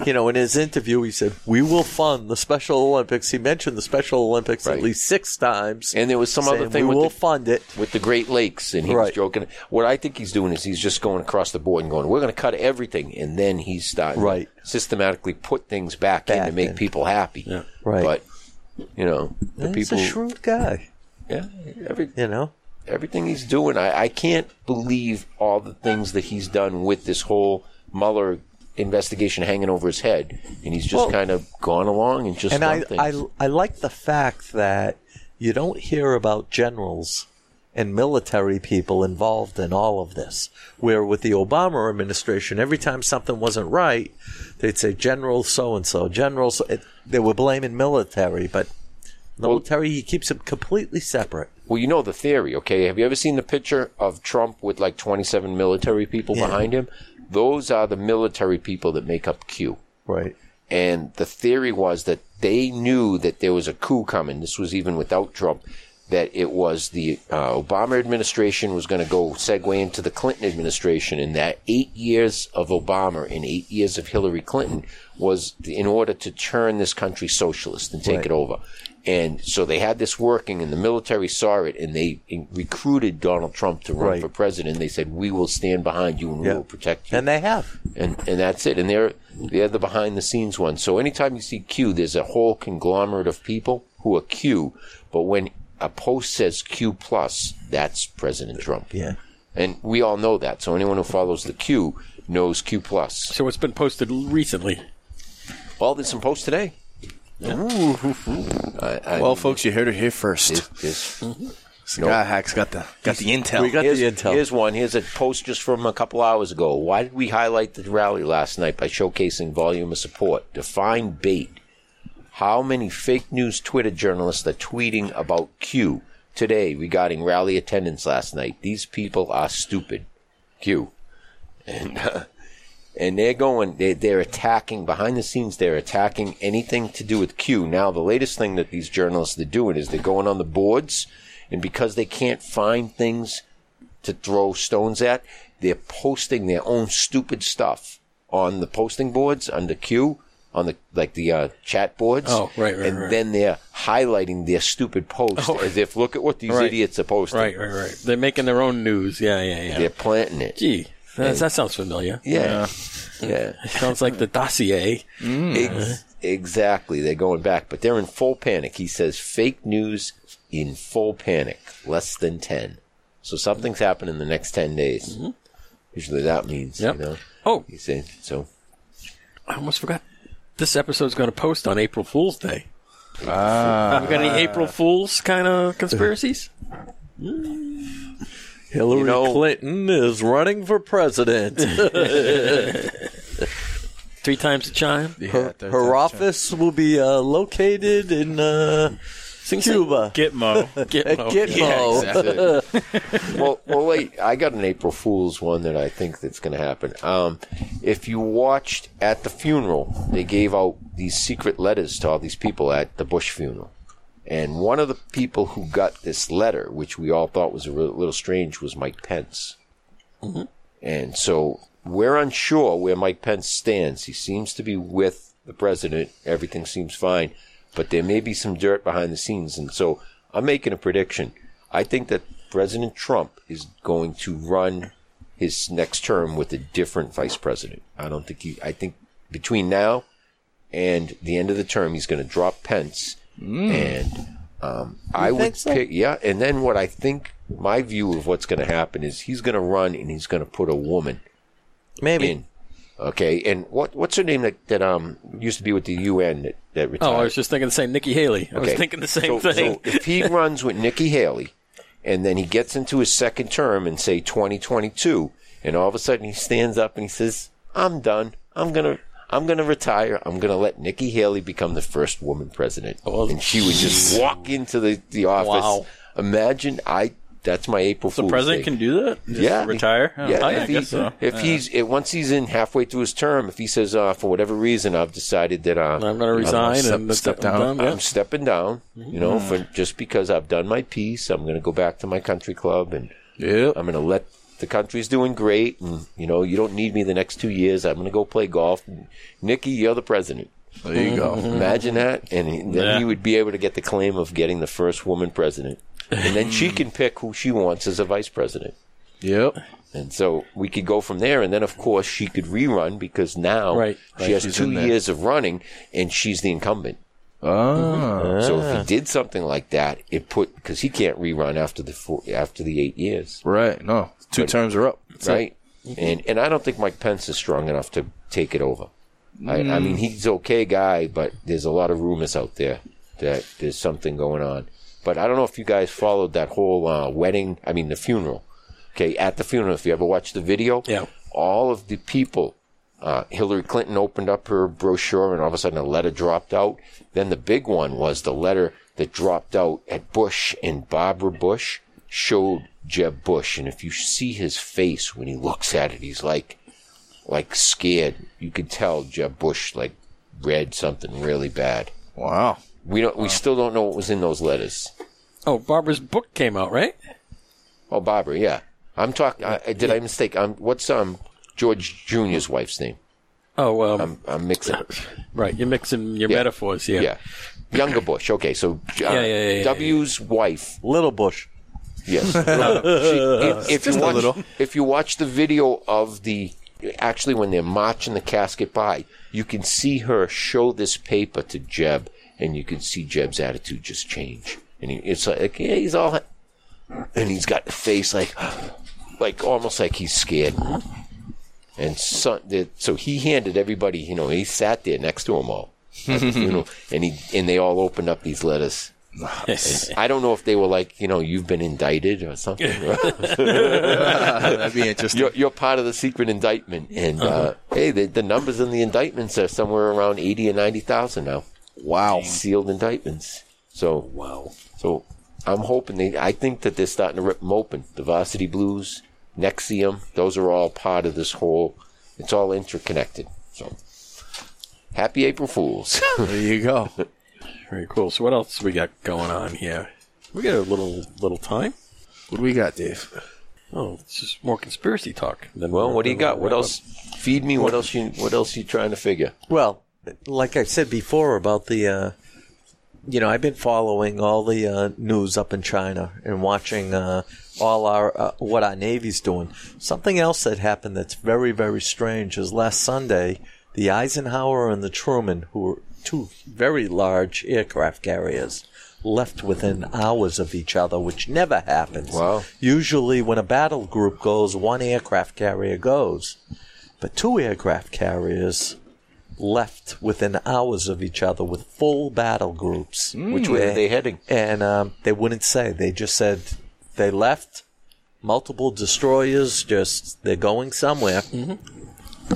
you know, in his interview, he said, we will fund the Special Olympics. He mentioned the Special Olympics
Right.
at least six times.
And there was some other
saying,
thing
We
with
will
the-
fund it.
with the Great Lakes, and he was
Right.
joking. What I think he's doing is he's just going across the board and going, "We're going to cut everything," and then he's starting to
Right.
systematically put things back, in
Back
to make
in.
people happy.
Right.
But you know, the
He's
people,
a shrewd guy,
yeah, every,
you know?
everything he's doing, I, I can't believe all the things that he's done with this whole Mueller investigation hanging over his head, and he's just kind of gone along and just
And
done
I,
things.
I, I like the fact that you don't hear about generals and military people involved in all of this. Where with the Obama administration, every time something wasn't right, they'd say General so and so, General. So, it, they were blaming military, but military he keeps them completely separate.
Well, you know the theory, okay? Have you ever seen the picture of Trump with like 27 military people behind him? Those are the military people that make up Q.
Right.
And the theory was that they knew that there was a coup coming. This was even without Trump. That it was the uh, Obama administration was going to go segue into the Clinton administration, and that eight years of Obama and eight years of Hillary Clinton was in order to turn this country socialist and take it over. And so they had this working, and the military saw it, and they recruited Donald Trump to run
Right.
for president. They said, "We will stand behind you, and we will protect you."
And they have.
and and that's it. And they're they're the behind the scenes ones. So anytime you see Q, there's a whole conglomerate of people who are Q. But when a post says Q plus, that's President Trump.
Yeah.
and we all know that. So anyone who follows the Q knows Q plus.
So what's been posted recently?
All this in post today. I, I,
Well, folks, you heard it here first.
it's-
Sky Hack's got the got the intel.
We got
here's,
the intel.
here's one. Here's a post just from a couple hours ago. Why did we highlight the rally last night by showcasing volume of support? Define bait. How many fake news Twitter journalists are tweeting about Q? today regarding rally attendance last night. These people are stupid. Q. And uh, and they're going they, they're attacking behind the scenes they're attacking anything to do with q now the latest thing that these journalists are doing is they're going on the boards and because they can't find things to throw stones at they're posting their own stupid stuff on the posting boards under q on the like the uh, chat boards
Oh, right, right,
and
right.
then they're highlighting their stupid post as if look at what these
Right.
idiots are posting
Right, right, right. They're making their own news. Yeah, yeah, yeah.
they're planting it
Gee, that's, that sounds familiar.
yeah, yeah.
Sounds like the dossier.
Ex- exactly. They're going back, but they're in full panic. He says fake news in full panic, less than 10. So something's happened in the next 10 days. Usually that means,
Yep.
you know.
Oh,
He said, so
I almost forgot. This episode's going to post on April Fool's Day. Ah. We got any April Fool's kind of conspiracies?
Hillary
know-
Clinton is running for president.
Three times the chime.
her her office will be uh, located in uh, Cuba.
Gitmo.
At
Gitmo.
Gitmo.
well, well, wait. I got an April Fool's one that I think that's going to happen. Um, if you watched at the funeral, they gave out these secret letters to all these people at the Bush funeral, and one of the people who got this letter, which we all thought was a re- little strange, was Mike Pence. And so we're unsure where Mike Pence stands. He seems to be with the president. Everything seems fine, but there may be some dirt behind the scenes. And so I'm making a prediction. I think that President Trump is going to run his next term with a different vice president. I don't think he, I think between now and the end of the term, he's going to drop Pence. And um, I would pick, yeah. And then what I think, my view of what's going to happen is he's going to run and he's going to put a woman
Maybe.
in. Okay, and what what's her name that, that um used to be with the UN that, that retired?
Oh, I was just thinking the same. Nikki Haley. I was
Okay.
thinking the same
so,
thing.
so if he runs with Nikki Haley, and then he gets into his second term in say 2022, and all of a sudden he stands up and he says, "I'm done. I'm gonna." I'm gonna retire. I'm gonna let Nikki Haley become the first woman president, and she would just walk into the, the office.
Oh, Wow.
Imagine I—that's my April
The
Fool's
president
Day.
can do that? Just
Yeah,
Retire?
He-
Oh,
yeah,
I
if,
guess
he-
so.
if he's if, once he's in halfway through his term, if he says uh, for whatever reason I've decided that uh,
I'm going to resign
step-
and that's
step
it, I'm
down.
done, yeah.
I'm stepping down, you know,
Hmm.
for just because I've done my piece, I'm going to go back to my country club and
Yep.
I'm going to let the country's doing great, and you know, you don't need me the next two years. I'm going to go play golf. Nikki, you're the president.
There you go.
Imagine that, and he- then
Yeah.
he would be able to get the claim of getting the first woman president, and then she can pick who she wants as a vice president.
Yep.
And so we could go from there. And then, of course, she could rerun because now
Right.
she
Right,
has
she's
two
in there.
years of running and she's the incumbent.
Ah.
So if he did something like that, it put because he can't rerun after the four, after the eight years,
Right. No. Two terms are up.
right? And and I don't think Mike Pence is strong enough to take it over. I, I mean, he's okay guy, but there's a lot of rumors out there that there's something going on. But I don't know if you guys followed that whole uh, wedding. I mean, the funeral. Okay, at the funeral, if you ever watched the video,
Yeah.
all of the people. Uh, Hillary Clinton opened up her brochure, and all of a sudden, a letter dropped out. Then the big one was the letter that dropped out at Bush, and Barbara Bush showed Jeb Bush, and if you see his face when he looks at it, he's like, like scared. You could tell Jeb Bush like read something really bad.
Wow.
We don't. We still don't know what was in those letters.
Oh, Barbara's book came out, right?
Oh, Barbara. Yeah, I'm talking. I, I- did I mistake? Um, what's um George Junior's wife's name?
Oh, um,
I'm mixing. it.
right. You're mixing your
Yeah.
metaphors here.
Yeah, younger Bush. Okay, so uh,
yeah, yeah, yeah,
W's wife.
Little Bush.
Yes. She- if, if you
a
watch,
little.
if you watch the video of the actually when they're marching the casket by, you can see her show this paper to Jeb, and you can see Jeb's attitude just change. And he, it's like yeah, he's all, and he's got the face like, like almost like he's scared. And so, so he handed everybody, you know, he sat there next to them all, at the funeral, and he and they all opened up these letters. I don't know if they were like, you know, you've been indicted or something.
That'd be interesting.
you're, you're part of the secret indictment, and uh, hey, the, the numbers in the indictments are somewhere around eighty and ninety thousand now.
wow.
Sealed indictments. So wow. So I'm hoping they. I think that they're starting to rip them open. The Varsity Blues, Nexium, those are all part of this whole. It's all interconnected. So, happy April Fools.
There you go. Very cool. So what else we got going on here? We got a little little time.
What do we got, Dave?
Oh, it's just more conspiracy talk. Then
well, what do you got? What else? Feed me. What else you? What else you trying to figure?
Well, like I said before about the, uh, you know, I've been following all the uh, news up in China and watching uh, all our uh, what our Navy's doing. Something else that happened that's very very strange is last Sunday, the Eisenhower and the Truman, who were two very large aircraft carriers. Left within hours of each other, which never happens.
Wow.
Usually, when a battle group goes, one aircraft carrier goes. But two aircraft carriers left within hours of each other with full battle groups.
Which way are Hmm, they heading?
And um, they wouldn't say. They just said they left. Multiple destroyers, just they're going somewhere.
Hmm.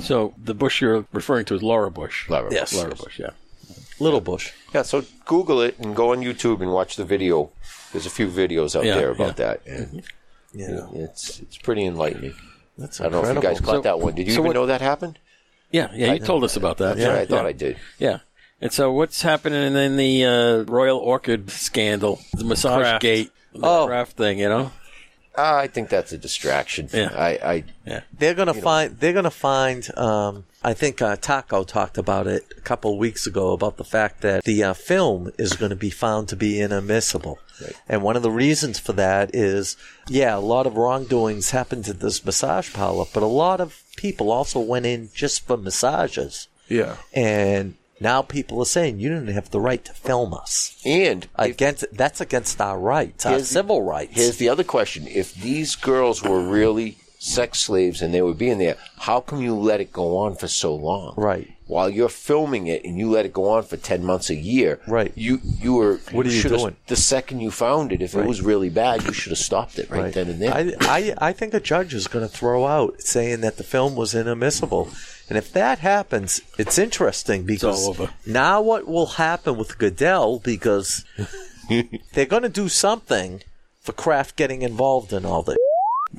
So the Bush you're referring to is Laura Bush. Laura.
Yes.
Laura Bush. Yeah.
Little Bush.
Yeah, so Google it and go on YouTube and watch the video. There's a few videos out
Yeah,
there about
yeah.
that. And
Yeah.
It's it's pretty enlightening.
That's
I don't know if you
incredible.
guys caught
So-
that one. Did you
so
even
what-
know that happened?
Yeah. Yeah. You told us about that.
Yeah, I thought I did.
Yeah. And so what's happening in the uh, Royal Orchid scandal, the massage
Kraft.
gate, the
Oh.
craft thing, you know?
Ah, I think that's a distraction.
Yeah.
I, I
they're gonna find. They're gonna find. Um, I think uh, Taco talked about it a couple weeks ago about the fact that the uh, film is going to be found to be inadmissible, and one of the reasons for that is, yeah, a lot of wrongdoings happened at this massage parlor, but a lot of people also went in just for massages,
Yeah.
and now people are saying you didn't have the right to film us.
and if-
Against that's against our rights, our
Here's-
civil rights.
here's the other question: If these girls were really sex slaves and they were being there, how come you let it go on for so long?
Right.
While you're filming it and you let it go on for ten months a year,
Right.
You you were
What are you
should've-
doing?
The second you found it, if it was really bad, you should have stopped it right, then and there.
I, I, I think a judge is going to throw out saying that the film was inadmissible. And if that happens, it's interesting because
all over.
now what will happen with Goodell because they're going to do something for Kraft getting involved in all this.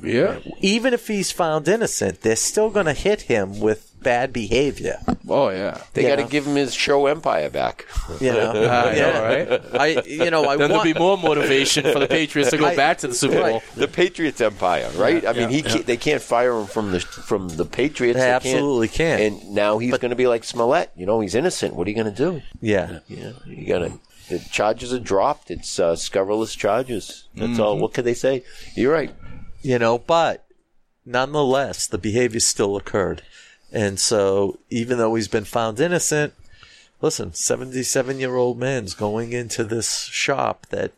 Yeah.
Even if he's found innocent, they're still going to hit him with bad behavior.
Oh yeah.
they
yeah.
got to give him his show empire back.
You know, yeah. I, you know, I
Then there'll
want,
be more motivation for the Patriots to go
I-
back to the Super Bowl.
The Patriots empire, right? I mean, he can't, they can't fire him from the from the Patriots.
They
can't.
absolutely can't.
And now he's going to be like Smollett. You know, he's innocent. What are you going to do?
yeah.
Yeah, you gotta. The charges are dropped. It's uh, scurrilous charges. That's all. What can they say? You're right.
you know, but nonetheless, the behavior still occurred. And so, even though he's been found innocent, listen, 77 year old man's going into this shop that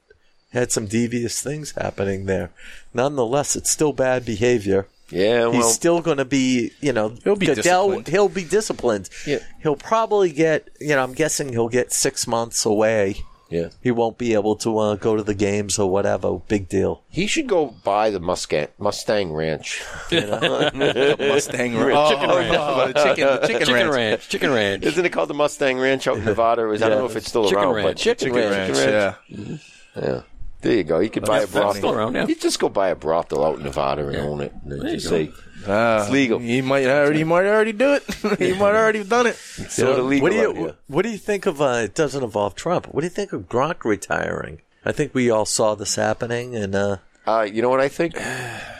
had some devious things happening there. Nonetheless, it's still bad behavior.
Yeah,
He's
well,
still going to be, you know,
He'll be
Goodell-
disciplined.
He'll be disciplined.
Yeah.
He'll probably get, you know, I'm guessing he'll get six months away.
yeah.
He won't be able to uh, go to the games or whatever. Big deal.
He should go buy the Mustang Mustang Ranch.
Mustang Ranch. Chicken Ranch. Oh, the chicken, the chicken,
Chicken
ranch.
ranch. Chicken ranch.
Isn't it called the Mustang Ranch out in Nevada? Or is, I don't know if it's still
Chicken
around.
Ranch.
But
Chicken
Yeah. There you go. You could buy a
That's- that's
brothel.
still around, yeah.
You just go buy a brothel out in Nevada and own it. And then
you
just
go.
say
yeah. Ah,
Uh,
It's legal.
He might already, he might already do it. he might already have done it.
it's sort of legal.
What do you
out here.
What do you think of? Uh, it doesn't involve Trump. What do you think of Gronk retiring? I think we all saw this happening, and uh,
Uh, you know what I think?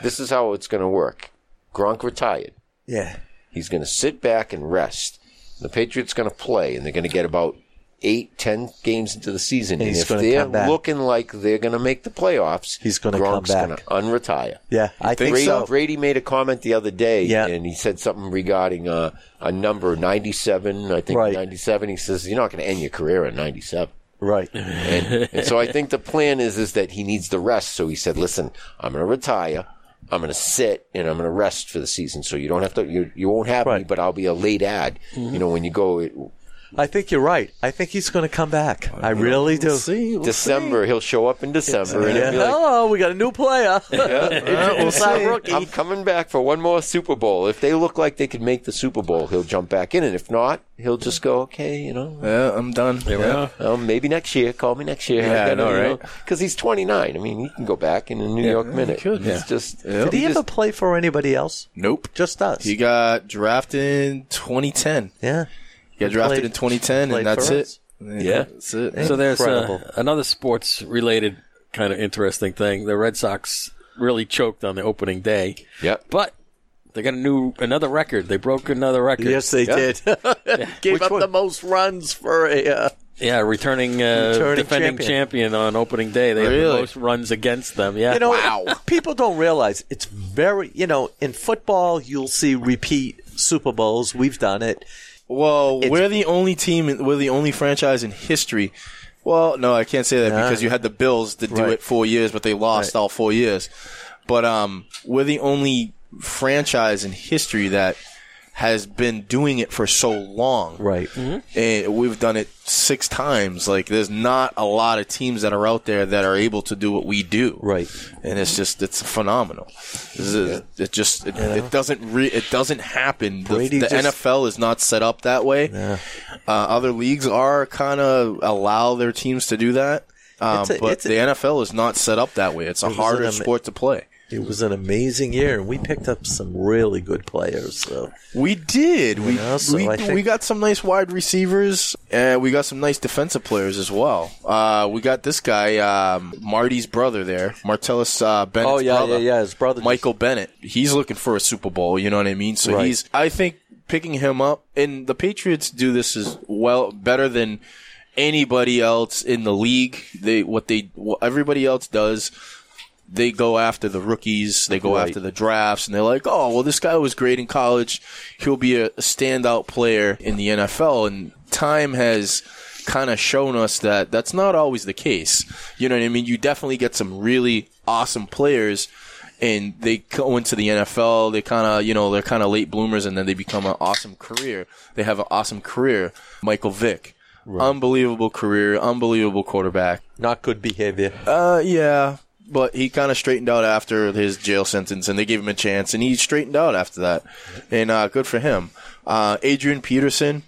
This is how it's going to work. Gronk retired.
yeah,
He's going to sit back and rest. The Patriots going to play, and they're going to get about eight, ten games into the season. And,
he's
if
gonna
they're
come back.
looking like they're going to make the playoffs,
He's gonna come
Gronk's
back.
going to unretire.
yeah. I think,
Brady,
so.
Brady made a comment the other day,
Yeah.
and he said something regarding uh, a number ninety-seven. I think
Right.
ninety-seven. He says you're not going to end your career at ninety-seven.
Right.
And, and so I think the plan is is that he needs the rest. So he said, "Listen, I'm going to retire. I'm going to sit and I'm going to rest for the season. So you don't have to. You, you won't have me,
Right.
but I'll be a late ad. You know, when you go, uh,
I think you're right. I think he's going to come back. I really do.
See, we'll
December. He'll show up in December and
Yeah.
he'll be like,
Hello, we got a new player. It's our rookie.
I'm coming back for one more Super Bowl. If they look like they could make the Super Bowl, he'll jump back in, and if not, he'll just go, okay, you know,
see. Yeah, I'm done. There yeah.
well, maybe next year. Call me next year.
Yeah, I know,
Because he's 29. I mean, he can go back in a New York minute. It's just
Did he
just-
ever play for anybody else?
Nope.
Just us.
He got drafted in 2010.
yeah.
He got drafted
Played-
in 2010,
played
and that's
for
it.
us.
Yeah, that's it.
So there's uh,
Incredible.
another sports related kind of interesting thing. The Red Sox really choked on the opening day,
Yep.
but they got a new another record. They broke another record.
Yes, they did. Gave up the most runs for a. Uh,
Yeah, returning, uh,
Returning
defending
champion.
champion. on opening day. They have
Really?
the most runs against them. Yeah.
you know, people don't realize it's very. You know, in football, you'll see repeat Super Bowls. We've done it.
Well, we're the only team. We're the only franchise in history. Well, no, I can't say that because you had the Bills that do
Right.
it four years, but they lost all four years. But um, we're the only franchise in history that has been doing it for so long.
Right.
And we've done it six times. Like, there's not a lot of teams that are out there that are able to do what we do.
Right.
And it's just it's phenomenal. This is- It just it, it doesn't re, it doesn't happen. The,
Brady
the
just-
NFL is not set up that way. Uh, other leagues are kind of allow their teams to do that. Um,
It's a-
but
it's a-
the NFL is not set up that way. It's a
was
harder
an ama-
sport to play.
It was an amazing year, and we picked up some really good players. So
We did. We
know, so
we,
I think-
we got some nice wide receivers, and we got some nice defensive players as well. Uh, we got this guy, um, Marty's brother there, Martellus uh, Bennett's
Oh, yeah,
brother.
yeah, yeah, his brother
Michael Bennett. He's looking for a Super Bowl. You know what I mean? So
Right.
he's. I think picking him up, and the Patriots do this as well better than anybody else in the league. They what they what everybody else does they go after the rookies, they go after the drafts, and they're like, oh, well, this guy was great in college. He'll be a standout player in the NFL. And time has kind of shown us that that's not always the case. You know what I mean? You definitely get some really awesome players. And they go into the NFL. They kind of, you know, they're kind of late bloomers, and then they become an awesome career. They have an awesome career. Michael Vick, unbelievable career, unbelievable quarterback.
not good behavior.
Uh, yeah, but he kind of straightened out after his jail sentence, and they gave him a chance, and he straightened out after that, and uh, good for him. Uh, Adrian Peterson,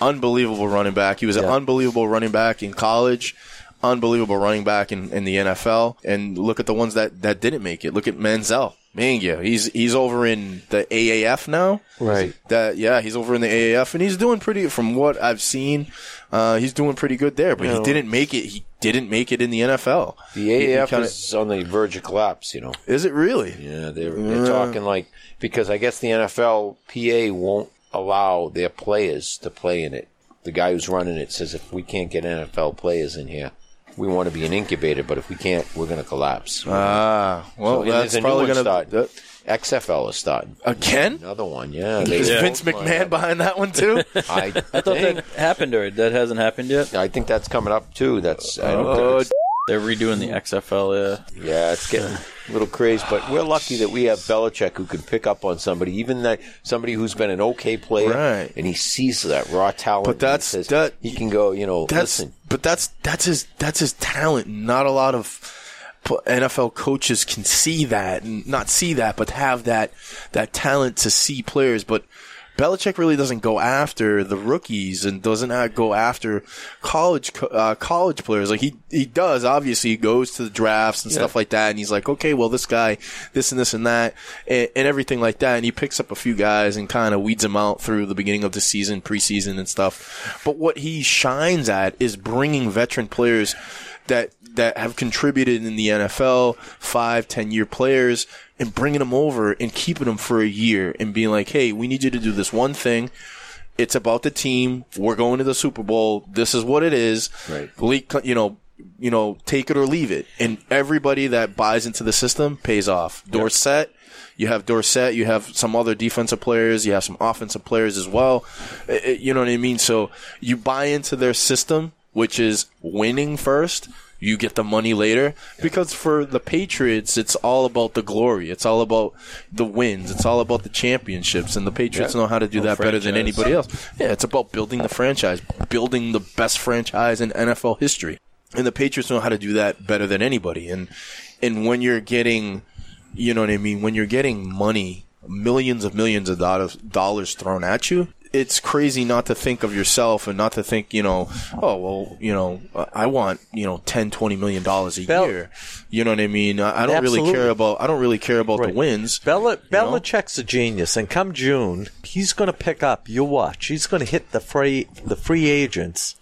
unbelievable running back. He was an unbelievable running back in college. Unbelievable running back in, in the NFL, and look at the ones that, that didn't make it. Look at Manziel, Mangia. He's he's over in the AAF now.
Right.
That yeah, he's over in the AAF and he's doing pretty. From what I've seen, uh, he's doing pretty good there. But he didn't make it. He didn't make it in the NFL.
The
He- he
AAF
kinda-
is on the verge of collapse, you know.
Is it really?
Yeah, they're, they're talking like because I guess the NFLPA won't allow their players to play in it. The guy who's running it says if we can't get NFL players in here, we want to be an incubator, but if we can't, we're going to collapse. Oh,
Ah, well,
and
that's
there's a new
probably
one
gonna
starting. XFL is starting.
again.
Another one, yeah. They-
Is Vince McMahon behind that one too?
I
thought
think-
that happened or that hasn't happened yet. Oh,
I think that's coming up too. That's I don't
Oh,
think it's-
They're redoing the XFL. Yeah.
yeah, it's getting a little crazy, but we're lucky that we have Belichick who can pick up on somebody, even that somebody who's been an okay player,
Right.
and he sees that raw talent.
But
and he
that's-
says,
that-
he can go. You know,
That's
listen,
but that's that's his that's his talent. Not a lot of p- NFL coaches can see that and not see that, but have that that talent to see players. But Belichick really doesn't go after the rookies and doesn't uh, go after college co- uh, college players. Like he he does obviously he goes to the drafts and stuff like that, and he's like, okay, well this guy, this and this and that, and, and everything like that, and he picks up a few guys and kind of weeds them out through the beginning of the season, preseason and stuff. But what he shines at is bringing veteran players that that have contributed in the NFL, five, ten year players, and bringing them over and keeping them for a year and being like, hey, we need you to do this one thing. It's about the team. We're going to the Super Bowl. This is what it is.
Right.
Leak, you know, you know, take it or leave it. And everybody that buys into the system pays off. Dorset, you have Dorset, you have some other defensive players, you have some offensive players as well. Eh, eh, You know what I mean? So you buy into their system, which is winning first. you get the money later. Because for the Patriots, it's all about the glory. It's all about the wins. It's all about the championships, and the Patriots know how to do that better than
franchise.
anybody else. Yeah, it's about building the franchise, building the best franchise in NFL history, and the Patriots know how to do that better than anybody. And and when you're getting you know what I mean? When you're getting money, millions of millions of dollars, dollars thrown at you, it's crazy not to think of yourself and not to think, you know, oh, well, you know, uh, I want, you know, 10, 20 million dollars a
Bel-
year. You know what I mean? I, I don't really
Absolutely.
care about, I don't really care about the
Right.
wins.
Bella, Belichick's a genius, and come June, he's going to pick up. You watch, he's going to hit the free the free agents.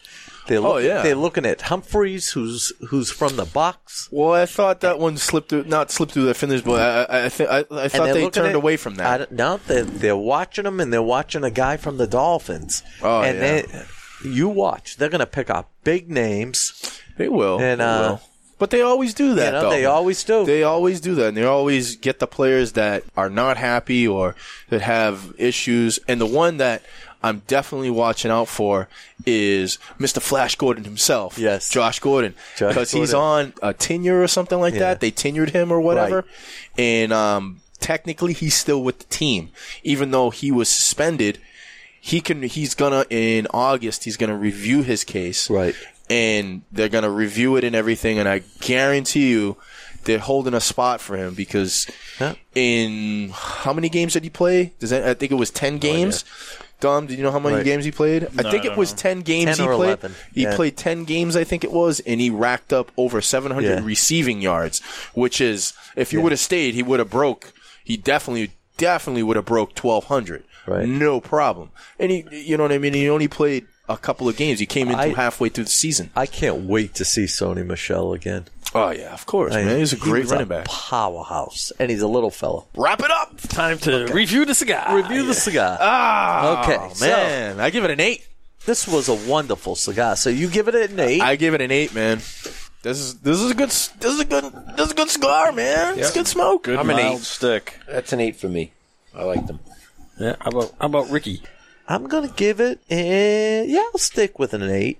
They're
Oh,
look-
yeah.
they're looking at Humphreys, who's who's from the box.
Well, I thought that one slipped through, not slipped through the fingers, but I, I, I, thi- I, I
and
thought
they're
they
looking
turned
at-
away from
I
that.
don't- no, they're, they're watching him, and they're watching a guy from the Dolphins.
Oh,
and
yeah.
they, you watch, they're going to pick up big names.
They will.
And,
They
uh,
will. But they always do that.
You know,
though.
they always do.
They always do that. And they always get the players that are not happy or that have issues. And the one that I'm definitely watching out for is Mr. Flash Gordon himself.
Yes.
Josh Gordon.
Josh
Because he's on
Gordon.
a tenure or something like
Yeah.
that. They tenured him or whatever.
Right.
And um, technically, he's still with the team. Even though he was suspended, he can. he's going to, in August, he's going to review his case
Right.
and they're going to review it and everything. And I guarantee you, they're holding a spot for him because
Yeah.
in how many games did he play? Does that, I think it was ten games. Dom, do you know how many
Oh, Right.
games he played? I think it was ten games
10
he
or
played.
11,
He
yeah.
played ten games, I think it was, and he racked up over seven hundred
Yeah.
receiving yards, which is if he would have stayed, he would have broke. He definitely, definitely would have broke twelve hundred.
Right.
No problem. And he, you know what I mean. He only played a couple of games. He came in
I-
through halfway through the season.
I can't wait to see Sony Michelle again.
Oh yeah, of course,
I-
man. He's a
he
great
was
running back.
powerhouse, and he's a little fella.
Wrap it up.
Time to review the cigar.
Review the cigar.
Ah,
Okay, so-
man. I give it an eight.
This was a wonderful cigar. So you give it an eight.
I give it an eight, man. This is this is a good s- this is a good this is a good cigar, man. It's good smoke.
Good
I'm an
mild
eight.
stick.
That's an eight for me. I like them.
Yeah, how about how about Ricky?
I'm gonna give it, a, yeah, I'll stick with an eight.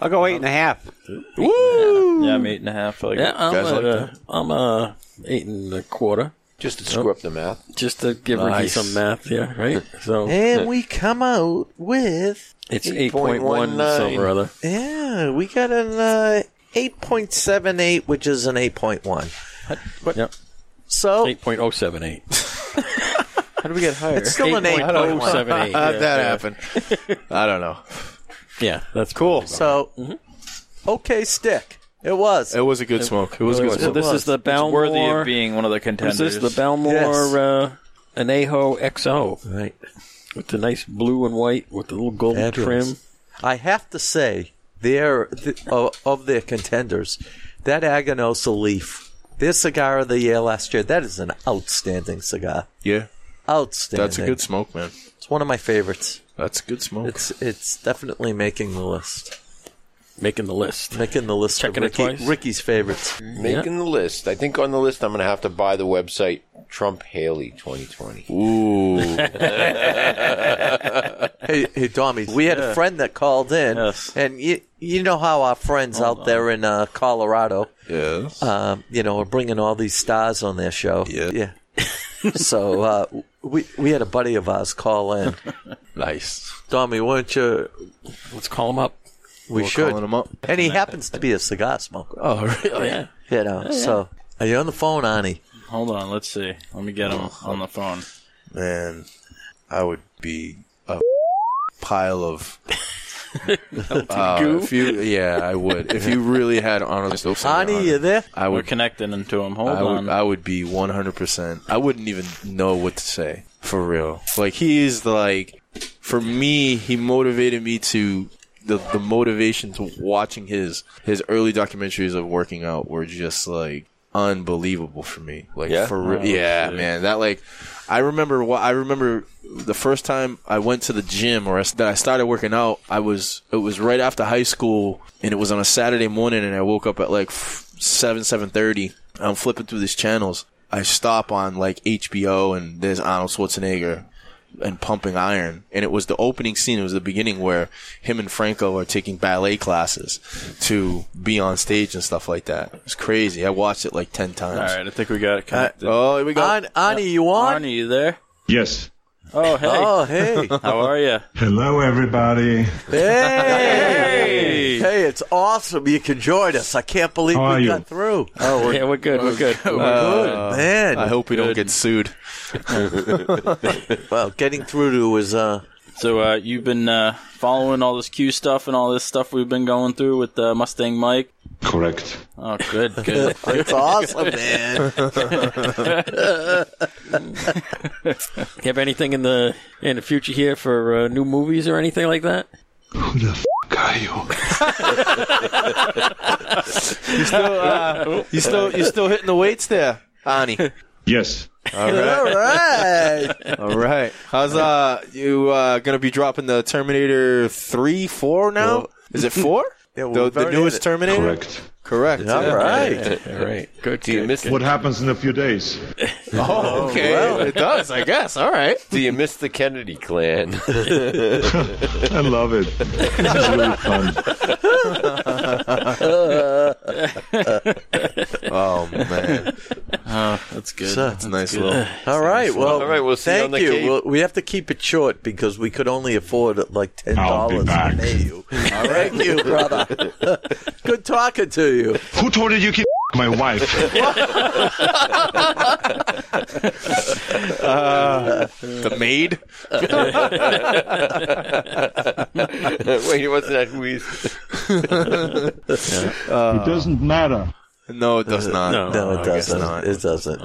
I'll go eight and a half.
Woo!
Yeah, I'm eight and a half. Like,
Yeah, I'm
guys
at,
like
uh, I'm uh, eight and a quarter.
Just to screw up the math.
Just to give Ricky
Nice.
some math, yeah, right. So
And we come out with,
it's eight point one something or other.
yeah, we got an uh, 8.78, which is an 8.1.
Yep,
So
eight point oh seven eight.
how do we get higher?
it's still an oh 8.1.
How'd Uh, that happen? I don't know.
Yeah, that's cool.
So,
Mm-hmm.
okay, stick. It was.
It was a good smoke. It was a good
So
smoke.
this is the Balmore.
worthy of being one of the
This
contenders.
is the Balmore uh, Anejo XO
Right.
with the nice blue and white with the little golden
Fabulous.
trim.
I have to say, they're th- of, of their contenders. That Aganosa Leaf, their cigar of the year last year, that is an outstanding cigar.
yeah,
Outstanding.
that's a good smoke, man.
It's one of my favorites.
That's a good smoke.
It's it's definitely making the list.
Making the list.
Making the list
Checking it
of Ricky,
twice.
Ricky's favorites.
Making the list. I think on the list, I'm going to have to buy the website Trump Haley 2020.
Ooh,
Hey, hey, Tommy, we had a friend that called in,
Yes.
and you you know how our friends out there in uh, Colorado,
yes.
um, you know, are bringing all these stars on their show.
Yeah.
yeah. so uh, we we had a buddy of ours call in.
nice.
Tommy, weren't you?
Let's call him up.
We
We're
should.
calling him up.
And he happens to be a cigar smoker.
Oh, really?
Yeah.
You know, so are you on the phone, Ani?
Hold on, let's see. Let me get him on the phone.
Man, I would be a pile of uh, if you, yeah, I would. If you really had honest,
Ani, you there?
I
We're
would.
connecting him to him. Hold
I
on.
would, I would be 100%. I wouldn't even know what to say. For real. Like, he is the, like, for me, he motivated me to, the, the motivation to watching his, his early documentaries of working out were just, like, unbelievable for me. Like,
Yeah?
for real. yeah, man. That, like, I remember what, I remember the first time I went to the gym or I, that I started working out, I was, it was right after high school and it was on a Saturday morning and I woke up at, like, f- 7, 7.30. I'm flipping through these channels. I stop on like HBO and there's Arnold Schwarzenegger and pumping iron. And it was the opening scene. It was the beginning where him and Franco are taking ballet classes to be on stage and stuff like that. It's crazy. I watched it like ten times.
All right, I think we got it connected.
Oh, here we go.
An- Ani, you on?
Arnie, you there?
Yes.
Oh, hey.
Oh, hey.
How are you?
Hello, everybody.
Hey! Hey, it's awesome you can join us. I can't believe
How are
we
you?
got through.
Oh, yeah, we're good. We're good.
Good, man.
Uh, I hope we don't get sued.
Well, getting through to is, uh,
So uh, you've been uh, following all this Q stuff and all this stuff we've been going through with uh, Mustang Mike.
Correct.
Oh, good, good.
it's awesome, man.
You have anything in the in the future here for uh, new movies or anything like that?
Who the f- are you?
You still you still hitting the weights there, Ani?
Yes.
All right.
All right. How's uh you uh gonna be dropping the Terminator three four now?
Well-
Is it four?
Yeah, well,
the,
we've
the
already
newest
had it.
Terminator.
Correct.
Correct.
All
yeah.
right.
Good. Do you miss
What happens in a few days?
Oh, okay. it does, I guess. All right.
do you miss the Kennedy clan?
I love it. It's really fun.
Oh man,
That's good.
So-
it's a nice little.
All right. Well,
All right, we'll see you
thank
on the
you.
Cape.
We'll, we have to keep it short because we could only afford like ten
I'll
dollars
be
to
back.
pay you. All right. Thank you, brother. Good talking to you.
Who told you you can f- my wife?
The maid.
Wait, what's that? Who is?
it doesn't matter.
No, it does not.
No, it doesn't.
not.
It doesn't.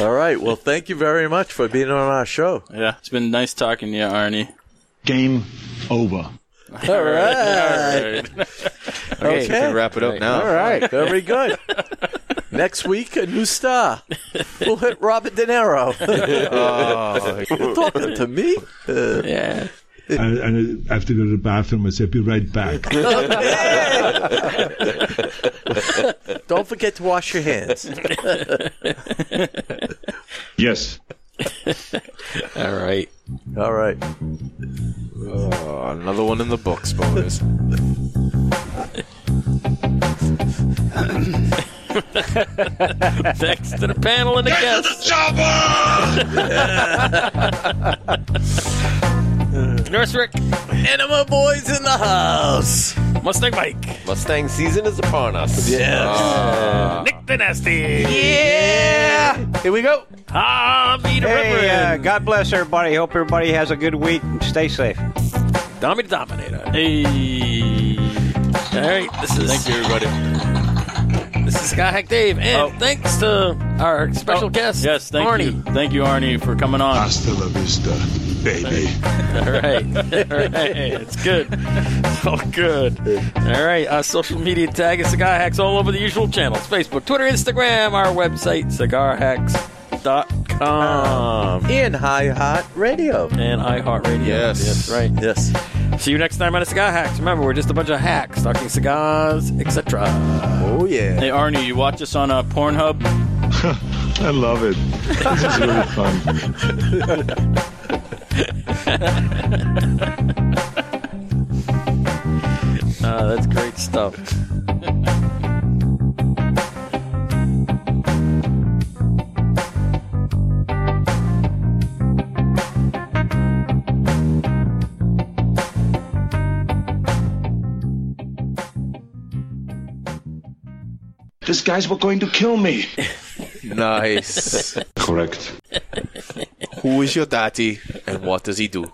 All right. Well, thank you very much for being on our show.
Yeah, it's been nice talking to you, Arnie.
Game over.
All right.
Okay, we can
Okay.
wrap it up now.
All right. Very good. Next week, a new star. We'll hit Robert De Niro. You're talking to me?
Yeah.
And, and I have to go to the bathroom. I say, be right back.
Don't forget to wash your hands.
Yes.
All right.
All right.
Oh, another one in the books, bonus.
Thanks to the panel and the guests. Nurse Rick,
Enema boys in the house.
Mustang Mike,
Mustang season is upon us.
Yes.
Nick the Nasty,
Here we go.
Tommy the
Hey, uh,
Reverend,
God bless everybody. Hope everybody has a good week. and Stay safe.
Tommy the Dominator.
Hey.
All right, this is
Thank you, everybody.
this is Sky Hack Dave, and
Oh.
thanks to our special
Oh,
guest,
Yes, thank
Arnie.
you. Thank you, Arnie, for coming on.
Hasta la vista, baby.
All right. All right. It's good. It's all Oh, good. All right. Our social media tag is Cigar Hacks all over the usual channels Facebook, Twitter, Instagram, our website, cigarhacks.com,
In High Um, Hot Radio.
and iHeartRadio.
Yes.
That's right.
Yes.
See you next time on the Cigar Hacks. Remember, we're just a bunch of hacks talking cigars, etc.
Oh yeah.
Hey, Arnie, you watch us on uh, Pornhub?
I love it. This is really fun.
Uh, that's great stuff.
These guys were going to kill me.
Nice.
Correct.
Who is your daddy, and what does he do?